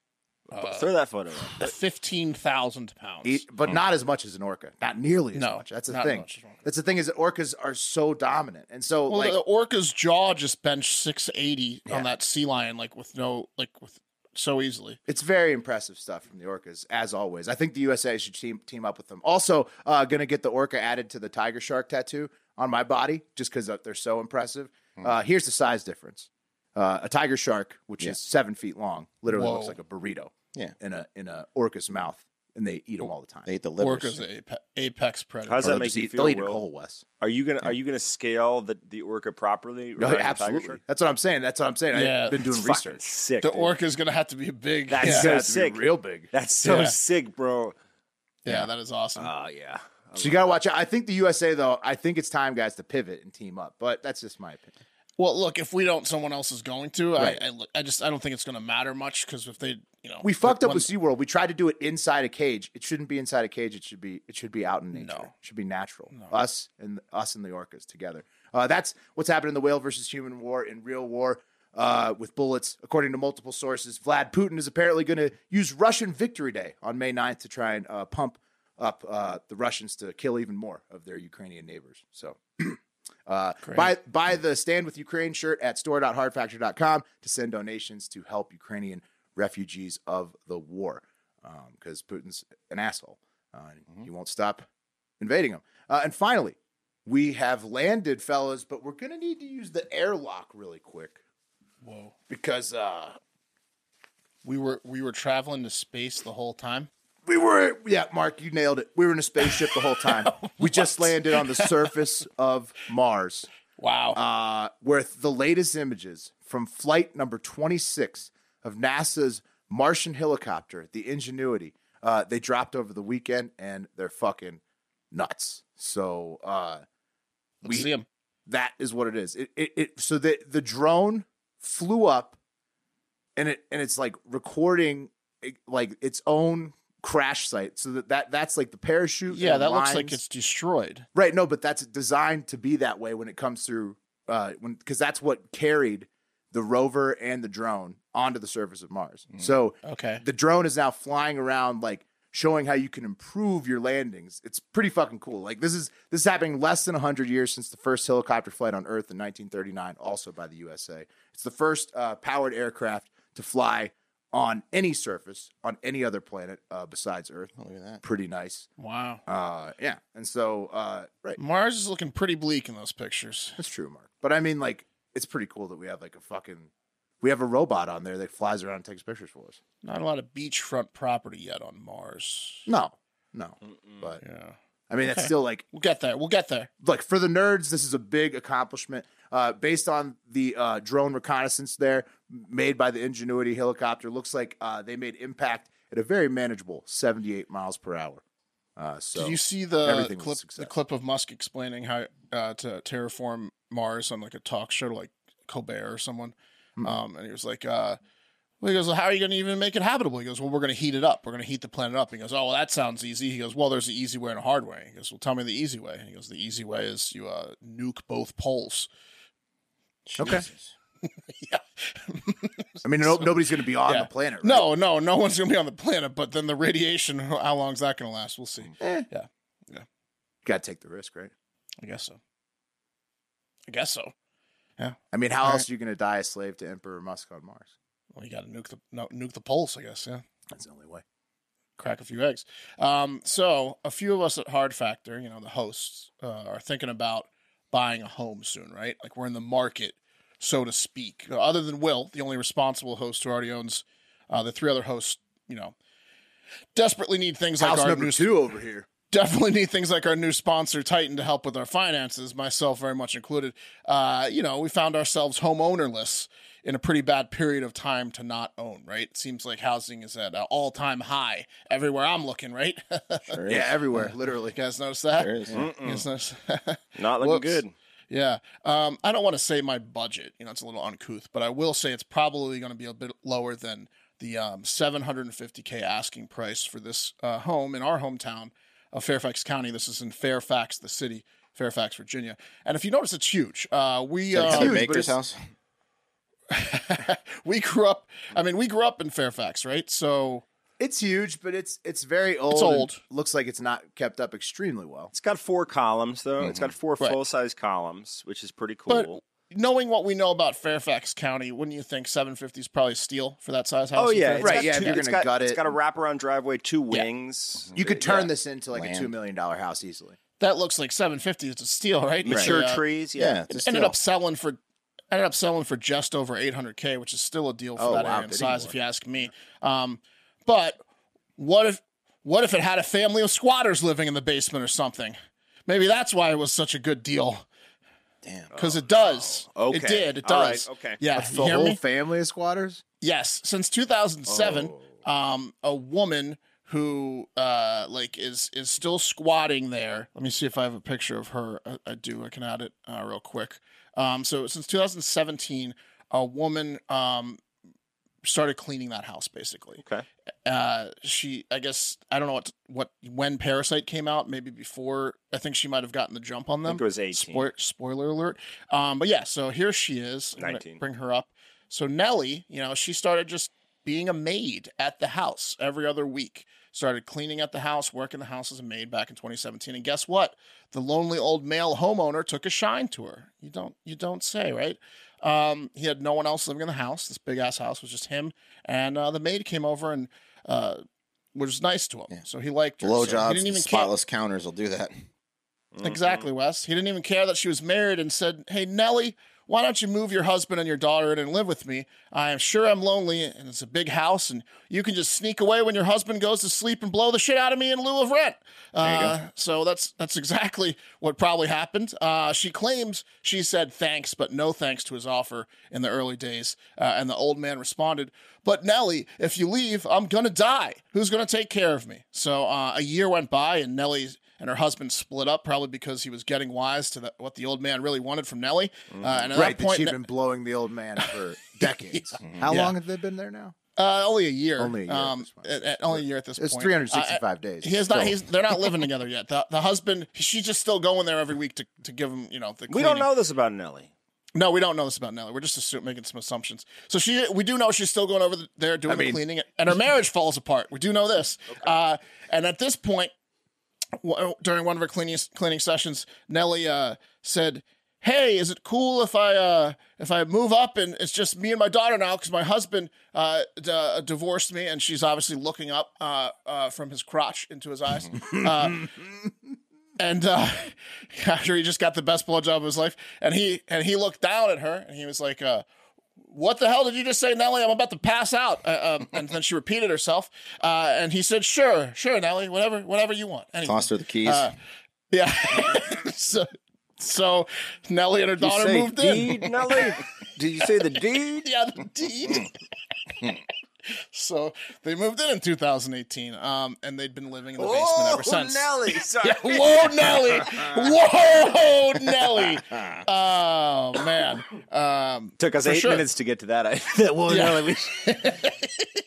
S3: Uh,
S2: Throw that photo. up.
S3: Fifteen thousand pounds.
S1: Eat, but not as much as an orca. Not nearly as
S3: Oh. No,
S1: much. That's the
S3: not as
S1: thing.
S3: much as an orca.
S1: That's the thing is that orcas are so dominant, and so
S3: well,
S1: like
S3: the orca's jaw just benched six eighty on that sea lion, like with no, like with so easily.
S1: It's very impressive stuff from the Orcas, as always. I think the USA should team team up with them. Also, uh, going to get the orca added to the tiger shark tattoo on my body just because they're so impressive. Uh, here's the size difference: uh, a tiger shark, which is seven feet long, literally
S3: Whoa.
S1: looks like a burrito.
S4: Yeah.
S1: in a in a orca's mouth, and they eat them all the time.
S4: they eat the livers.
S3: Orca's the ape- apex predator.
S2: How does
S1: Or
S2: that
S1: they'll
S2: make
S1: just
S2: you
S1: eat-
S2: feel?
S1: They'll eat it
S2: Will?
S1: whole, Wes.
S2: Are you gonna Are you gonna scale the, the orca properly?
S1: No,
S2: around the tiger
S1: absolutely.
S2: shark?
S1: That's what I'm saying. That's what I'm saying.
S3: Yeah.
S1: I've been doing
S2: It's fucking
S1: research.
S2: Sick.
S3: the
S2: dude.
S3: orca's gonna have to be big.
S2: That's
S3: yeah.
S2: so
S1: That's
S2: sick.
S1: real big.
S2: That's so
S3: Yeah.
S2: sick, bro.
S3: yeah, that is
S1: Uh,
S3: awesome.
S2: Oh yeah.
S1: So you got to watch out. I think the USA though. I think it's time, guys, to pivot and team up. But that's just my opinion.
S3: well, look, if we don't, someone else is going to.
S1: Right.
S3: I, I, look- I just, I don't think it's gonna matter much because if they, you know,
S1: We fucked up
S3: when-
S1: with SeaWorld. We tried to do it inside a cage. It shouldn't be inside a cage. It should be it should be out in nature. It should be natural. Us and us and the orcas together. Uh, that's what's happened in the whale versus human war in real war uh, with bullets. According to multiple sources, Vlad Putin is apparently going to use Russian Victory Day on May 9th to try and uh, pump up uh, the Russians to kill even more of their Ukrainian neighbors. So uh, buy, buy the Stand With Ukraine shirt at store.hardfactor.com to send donations to help Ukrainian refugees of the war because Putin's an asshole. Uh, and He won't stop invading them. Uh, and finally, we have landed, fellas, but we're going to need to use the airlock really quick. Whoa. Because uh,
S3: we were, we were traveling to space the whole time.
S1: we were, yeah, Mark, you nailed it. We were in a spaceship the whole time. we just landed on the surface of Mars.
S3: Wow.
S1: uh, with the latest images from flight number 26 of NASA's Martian helicopter, the Ingenuity. Uh, they dropped over the weekend and they're fucking nuts. So uh,
S3: Let's
S1: we-
S3: see him.
S1: That is what it is. It, it, it so the the drone flew up, and it and it's like recording it- like its own crash site. So that, that that's like the parachute.
S3: Yeah,
S1: and
S3: that looks like
S1: lines.
S3: it's destroyed.
S1: Right. No, but that's designed to be that way when it comes through, uh, when because that's what carried the rover and the drone onto the surface of Mars. So
S3: Okay.
S1: the drone is now flying around, like showing how you can improve your landings. It's pretty fucking cool. Like this is this is happening less than hundred years since the first helicopter flight on Earth in 1939, also by the USA. It's the first uh, powered aircraft to fly on any surface on any other planet uh, besides Earth. look at that. Pretty nice.
S3: Wow.
S1: Uh, yeah. And so, uh, right.
S3: Mars is looking pretty bleak in those pictures.
S1: That's true, Mark. But I mean, like, it's pretty cool that we have like a fucking, we have a robot on there that flies around and takes pictures for us.
S3: Not a lot of beachfront property yet on Mars.
S1: No, no. But
S3: Yeah.
S1: I mean, that's still like,
S3: We'll get there. We'll get there.
S1: like for the nerds, this is a big accomplishment. Uh, based on the uh, drone reconnaissance there made by the Ingenuity helicopter, looks like uh, they made impact at a very manageable 78 miles per hour. Uh, so
S3: Did you see
S1: everything
S3: the
S1: was a
S3: clip, the
S1: success.
S3: clip of Musk explaining how uh, to terraform Mars on like a talk show to like Colbert or someone?
S1: Hmm.
S3: Um, and he was like, uh, well, he goes, well, how are you going to even make it habitable? He goes, well, we're going to heat it up. We're going to heat the planet up. He goes, oh, well, that sounds easy. He goes, well, there's an easy way and a hard way. He goes, well, tell me the easy way. And he goes, the easy way is you uh, nuke both poles.
S1: okay?
S3: yeah.
S1: I mean, no, nobody's going to be on
S3: Yeah.
S1: the planet. Right?
S3: No, no, no one's going to be on the planet. But then the radiation, how long's that going to last? We'll
S1: Hmm.
S3: see. Yeah,
S1: got to Eh. take the risk, right?
S3: I guess so. I guess so.
S1: I mean, how
S3: All
S1: else are you going to die a slave to Emperor Musk on Mars?
S3: Well, you got to nuke the no, nuke the pulse, I guess. Yeah,
S1: That's the only way.
S3: crack a few eggs. Um, so a few of us at Hard Factor, you know, the hosts, uh, are thinking about buying a home soon, right? Like we're in the market, so to speak. Uh, Other than Will, the only responsible host who already owns, uh, the three other hosts, you know, desperately need things like
S1: House
S3: our
S1: number
S3: new
S1: two over here.
S3: definitely need things like our new sponsor Titan to help with our finances, myself very much included. Uh, you know, we found ourselves homeownerless in a pretty bad period of time to not own. Right? It seems like housing is at an all-time high everywhere I'm looking. Right?
S1: Yeah, everywhere, literally.
S3: you guys notice that?
S4: There is.
S3: You guys notice that?
S2: Not looking
S3: Whoops.
S2: good.
S3: Yeah. Um, I don't want to say my budget. You know, it's a little uncouth, but I will say it's probably going to be a bit lower than the um, 750k asking price for this uh, home in our hometown of Fairfax County. This is in Fairfax, the city, Fairfax, Virginia. And if you notice, it's huge. Uh, we uh,
S4: Heather
S1: huge, but
S4: Baker's
S1: it's-
S4: house.
S3: we grew up. I mean, we grew up in Fairfax, right? So
S1: It's huge, but it's it's very old. and
S3: old.
S1: Looks like it's not kept up extremely well.
S2: It's got four columns though. It's got four
S3: Mm-hmm. Right.
S2: full size columns, which is pretty
S3: But-
S2: cool.
S3: knowing what we know about Fairfax County, wouldn't you think 750 is probably a steal for that size house?
S2: oh
S3: in
S2: yeah,
S3: Fairfax?
S2: it's
S1: Right,
S2: got
S1: yeah, if
S2: two-
S1: you're
S2: it's
S1: gonna
S2: got-
S1: gut
S2: it's
S1: it.
S2: got a wraparound driveway, two wings.
S1: You could turn
S2: Yeah.
S1: this into like a
S4: Land.
S1: two million dollar house easily.
S3: That looks like 750 is a steal, right?
S2: mature
S3: Yeah.
S2: trees. Yeah.
S4: Yeah, it's a
S3: ended
S4: steal.
S3: up selling for ended up selling for just over 800k which is still a deal for
S1: Oh,
S3: that
S1: wow,
S3: area and
S1: bidding
S3: size
S1: war.
S3: if you ask me um, but what if what if it had a family of squatters living in the basement or something maybe that's why it was such a good deal
S4: Damn.
S3: because it does
S2: Okay.
S3: it did it
S2: All right,
S3: does
S2: okay.
S3: yeah
S1: The
S3: you hear
S1: whole
S3: me?
S1: family of squatters.
S3: Yes, since 2007,
S2: Oh.
S3: um, a woman who uh, like is is still squatting there. Let me see if I have a picture of her. I, I do. I can add it uh, real quick. Um, so since 2017, a woman um, started cleaning that house basically
S2: Okay.
S3: uh she i guess i don't know what what when parasite came out maybe before i think she might have gotten the jump on them
S2: think it was 18.
S3: Spoil- spoiler alert um but yeah so here she is I'm gonna
S2: 19.
S3: bring her up so nellie you know she started just being a maid at the house every other week started cleaning at the house working the house as a maid back in 2017 and guess what the lonely old male homeowner took a shine to her you don't you don't say right um, he had no one else living in the house. This big ass house was just him, and uh, the maid came over and uh, was nice to him. So he liked her. so
S4: Blowjobs
S3: he
S4: and
S3: didn't even
S4: spotless counters will do that.
S3: care. Exactly, Wes. He didn't even care that she was married and said, "Hey, Nellie, why don't you move your husband and your daughter in and live with me? I am sure I'm lonely, and it's a big house, and you can just sneak away when your husband goes to sleep and blow the shit out of me in lieu of rent." Uh, so that's that's exactly what probably happened. Uh, she claims she said thanks, but no thanks to his offer in the early days. Uh, and the old man responded, But Nellie, if you leave, I'm gonna die. Who's gonna take care of me? So uh, a year went by, and Nellie and her husband split up, probably because he was getting wise to the, what the old man really wanted from Nellie. Uh, and at
S1: Right,
S3: that
S1: that
S3: point,
S1: she'd been blowing the Mm-hmm. old man for decades. How long have they been there now?
S3: Uh, only a year.
S1: Only a year at
S3: Um,
S1: this point.
S3: at, at- only a year at this
S1: It's
S3: point.
S1: 365
S3: I-
S1: days.
S3: He is not.
S1: So-
S3: He's, they're not living together yet. The, the husband. She's just still going there every week to, to give him. You know. The
S2: We don't
S3: cleaning.
S2: know this about Nelly.
S3: No, we don't know this about Nelly. We're just assu- making some assumptions. So she, we do know she's still going over there doing the cleaning, and her marriage falls apart. We do know this. Uh, and at this point, w- during one of her cleaning cleaning sessions, Nelly uh, said, "Hey, is it cool if I uh, if I move up and it's just me and my daughter now because my husband uh, d- uh, divorced me?" And she's obviously looking up uh, uh, from his crotch into his eyes. uh, and uh, after he just got the best blowjob of his life, and he and he looked down at her, and he was like, uh, "What the hell did you just say, Nellie? I'm about to pass out." Uh, um, and then she repeated herself, uh, and he said, "Sure, sure, Nellie, whatever, whatever you want." Anything.
S4: Tossed her the keys.
S3: Uh, yeah. so, so Nellie and her daughter moved in.
S2: deed, Nelly? Did you say the deed?
S3: Yeah, the deed. so they moved in in 2018, um, and they'd been living in the basement ever since.
S2: Oh, Nelly. Sorry.
S3: Whoa, Nelly! Whoa, Nelly! Oh man, um,
S2: Took us
S3: For
S2: eight
S3: sure.
S2: minutes to get to that. I, that whoa,
S3: Yeah.
S2: Nelly.
S3: it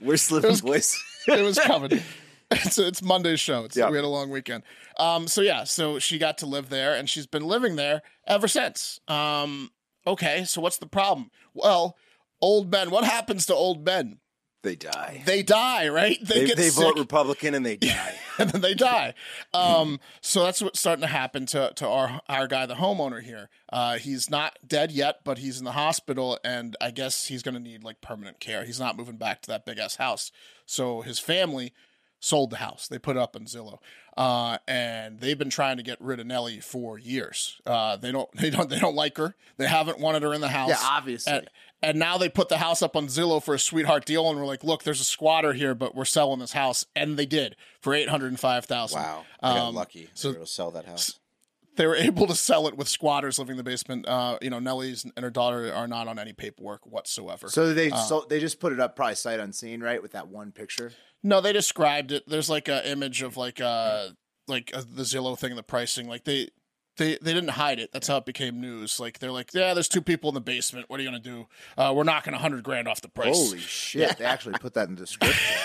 S3: was
S2: We're slipping,
S3: was-
S2: boys.
S3: it was covered. It's it's Monday's show. It's,
S2: Yeah.
S3: We had a long weekend. Um, so yeah, so she got to live there, and she's been living there ever since. Um, okay, so what's the problem? Well, old men. What happens to old men?
S2: They die.
S3: They die, right? They,
S2: They,
S3: get
S2: they
S3: sick.
S2: vote Republican and they die.
S3: and then they die. Um, so that's what's starting to happen to, to our our guy, the homeowner here. Uh, he's not dead yet, but he's in the hospital, and I guess he's going to need like permanent care. He's not moving back to that big ass house. So his family sold the house. They put it up on Zillow, uh, and they've been trying to get rid of Nellie for years. Uh, they don't they don't they don't like her. They haven't wanted her in the house.
S1: Yeah, obviously.
S3: And, and now they put the house up on Zillow for a sweetheart deal, and we're like, "Look, there's a squatter here, but we're selling this house," and they did for eight hundred and five thousand.
S4: wow, I got lucky.
S3: so-
S4: So it'll sell that house.
S3: They were able to sell it with squatters living in the basement. Uh, you know, Nellie's and her daughter are not on any paperwork whatsoever.
S1: So they so they just put it up probably sight unseen, right? With that one picture.
S3: No, they described it. There's like a image of like uh like uh the Zillow thing, the pricing. Like they they they didn't hide it. That's how it became news. Like they're like, yeah, there's two people in the basement. What are you gonna do? Uh, we're knocking a hundred grand off the price.
S1: Holy shit! They actually put that in the description.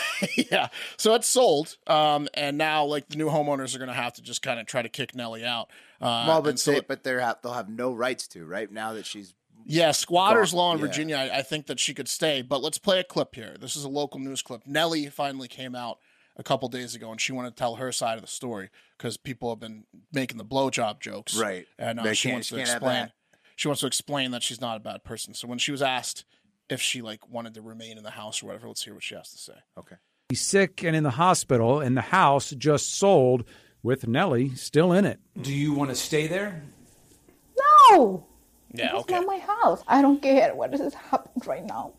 S3: yeah. So it's sold. Um, and now like the new homeowners are gonna have to just kind of try to kick Nellie out. Uh,
S1: well,
S3: and
S1: but
S3: so
S1: they,
S3: it-
S1: but they have they'll have no rights to right now that she's
S3: Yeah, squatters
S1: Gone,
S3: law in
S1: yeah.
S3: Virginia. I, I think that she could stay, but let's play a clip here. This is a local news clip. Nellie finally came out a couple days ago, and she wanted to tell her side of the story because people have been making the blowjob jokes,
S1: Right.
S3: And uh,
S1: They
S3: she
S1: can't-
S3: wants
S1: she
S3: to
S1: can't have
S3: explain.
S1: that.
S3: She wants to explain that she's not a bad person. So when she was asked if she like wanted to remain in the house or whatever, let's hear what she has to say.
S1: okay.
S8: He's sick and in the hospital, and the house just sold with Nellie still in it. Do you want to stay there?
S9: No,
S3: Yeah,
S9: it's
S3: okay.
S9: not my house. I don't care what has happened right now.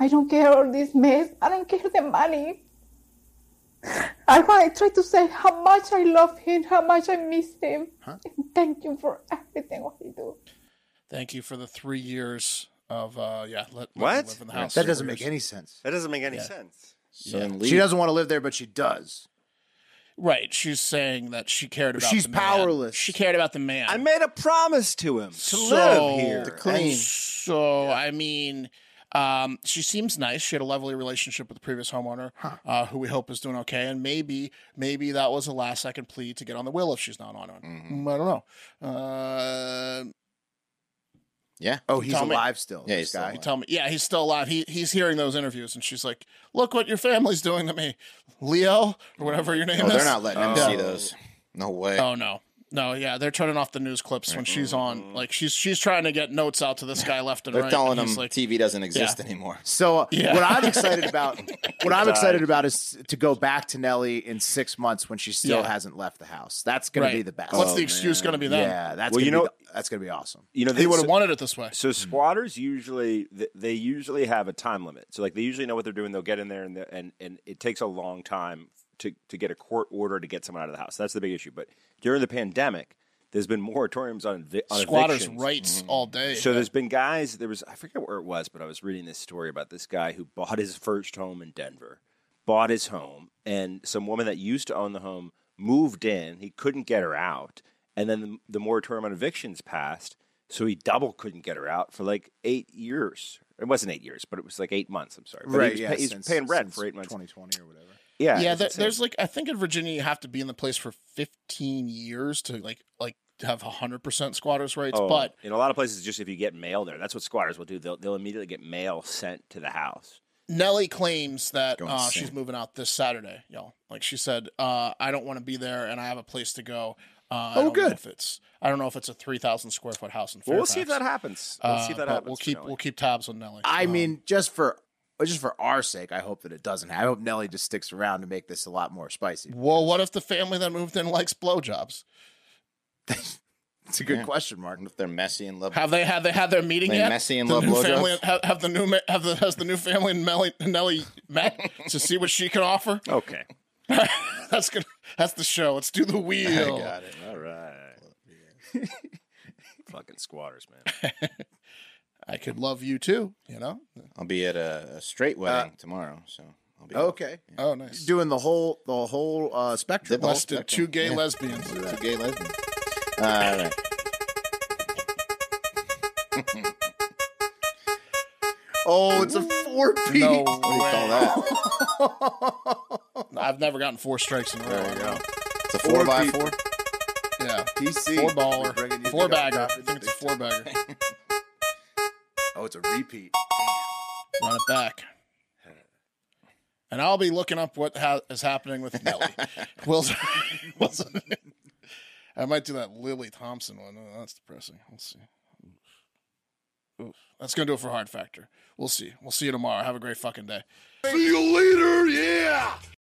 S9: I don't care all this mess. I don't care the money. I want to try to say how much I love him, how much I miss him. Thank you for everything what you do.
S3: Thank you for the three years of uh, yeah. Let, let me
S2: What?
S3: live in the house.
S1: That doesn't
S3: Three
S1: make
S3: years.
S1: any sense.
S2: That doesn't make any sense.
S4: So then leave.
S1: She doesn't want to live there, but she does.
S3: right. She's saying that she cared about.
S1: She's
S3: the man.
S1: powerless.
S3: She cared about the man.
S2: I made a promise to him to
S3: So-
S2: live here.
S3: To
S4: clean.
S3: And so I mean, um, she seems nice. She had a lovely relationship with the previous homeowner, uh, who we hope is doing okay. And maybe, maybe that was a last second plea to get on the will if she's not on it.
S2: Mm-hmm.
S3: Mm, I don't know. Uh,
S4: yeah.
S1: Oh, he's
S3: tell me.
S1: alive still.
S4: Yeah,
S1: this
S4: he's still
S1: guy.
S3: you tell me, yeah, he's still alive. He he's hearing those interviews, and she's like, "Look what your family's doing to me, Leo or whatever your name
S4: Oh,
S3: is."
S4: they're not letting him
S3: Yeah.
S4: see those. No way.
S3: Oh no. No, yeah, they're turning off the news clips when she's on. Like she's she's trying to get notes out to this guy left and
S4: They're
S3: right.
S4: telling
S3: and he's
S4: him
S3: like,
S4: TV doesn't exist anymore.
S1: So uh,
S3: Yeah.
S1: what I'm excited about, what I'm excited about is to go back to Nelly in six months when she still
S3: Yeah.
S1: hasn't left the house. That's gonna be
S3: Right.
S1: the best. Oh,
S3: What's the excuse going to be then?
S1: Yeah, that's
S2: Oh, Well,
S1: gonna
S2: you
S1: be
S2: know-
S1: the- that's gonna be awesome.
S2: You know,
S3: He
S2: they
S3: would
S2: would
S3: have wanted it this way.
S4: Hmm.
S2: So squatters usually th- they usually have a time limit. So like they usually know what they're doing. They'll get in there and the- and and it takes a long time to to get a court order to get someone out of the house. That's the big issue. But during the pandemic, There's been moratoriums on, evi- on
S3: Squatters'
S2: evictions.
S3: rights all day.
S2: So there's been guys. There was I forget where it was, but I was reading this story about this guy who bought his first home in Denver, bought his home, and some woman that used to own the home moved in. He couldn't get her out, and then the, the moratorium on evictions passed, so he double couldn't get her out for like eight years. It wasn't eight years, but it was like eight months. I'm sorry, But he
S1: Right,
S2: was
S1: yeah,
S2: pay- he's
S1: since-
S2: paying rent
S1: since
S2: for eight months.
S1: 2020 or whatever.
S2: Yeah,
S3: yeah.
S2: it's
S3: There,
S2: insane.
S3: there's like I think in Virginia you have to be in the place for 15 years to like like have 100 percent squatters' rights.
S2: Oh,
S3: But
S2: in a lot of places, just if you get mail there, that's what squatters will do. They'll they'll immediately get mail sent to the house.
S3: Nellie claims that
S4: Go
S3: uh,
S4: insane.
S3: she's moving out this Saturday, y'all. Like she said, uh, I don't want to be there, and I have a place to go. Uh, I
S1: Oh,
S3: don't
S1: good.
S3: Know if it's I don't know if it's a three thousand square foot house in Fairfax.
S2: Well, we'll see if that happens. We'll see if that
S3: Uh, but
S2: happens.
S3: We'll keep
S2: Nelly.
S3: we'll keep tabs on Nellie.
S1: I
S3: Um,
S1: mean, just for just for our sake, I hope that it doesn't. I hope Nelly just sticks around to make this a lot more spicy.
S3: well, what if the family that moved in likes blowjobs?
S1: It's a good
S4: Yeah.
S1: question, Mark.
S4: If they're messy and love,
S3: Have they had they had their meeting
S4: They
S3: yet?
S4: messy and
S3: The
S4: love
S3: new
S4: blowjobs?
S3: family- Have, have the new ma- have the has the new family and Melly, Nelly met to see what she can offer?
S2: Okay.
S3: That's gonna that's the show. Let's do the wheel.
S4: it.
S2: All right. Fucking squatters, man.
S3: I could love you too. You know?
S4: I'll be at a, a
S3: Uh,
S4: straight wedding tomorrow, so I'll be
S1: Okay,
S3: Oh, nice.
S1: doing the whole the whole uh, spectrum.
S4: The whole
S3: Let's do
S4: spectrum.
S3: two gay
S4: Yeah.
S3: lesbians.
S4: Two gay lesbian. All right.
S1: Oh, it's a four piece.
S3: No
S4: What do you call
S3: way.
S4: that?
S3: I've never gotten four strikes in a row.
S4: go. It's a four, by
S1: people.
S4: four.
S3: Yeah.
S1: PC.
S3: Four
S1: We're bringing you
S3: baller. Four
S1: the-
S3: bagger. I think it's a four bagger.
S1: Oh, it's a repeat.
S3: Run it back. And I'll be looking up what ha- is happening with Nelly. Wilson. Wilson. I might do that Lily Thompson one. Oh, that's depressing. We'll see. Oof. That's going to do it for Hard Factor. We'll see. We'll see you tomorrow. Have a great fucking day.
S5: See you later, yeah!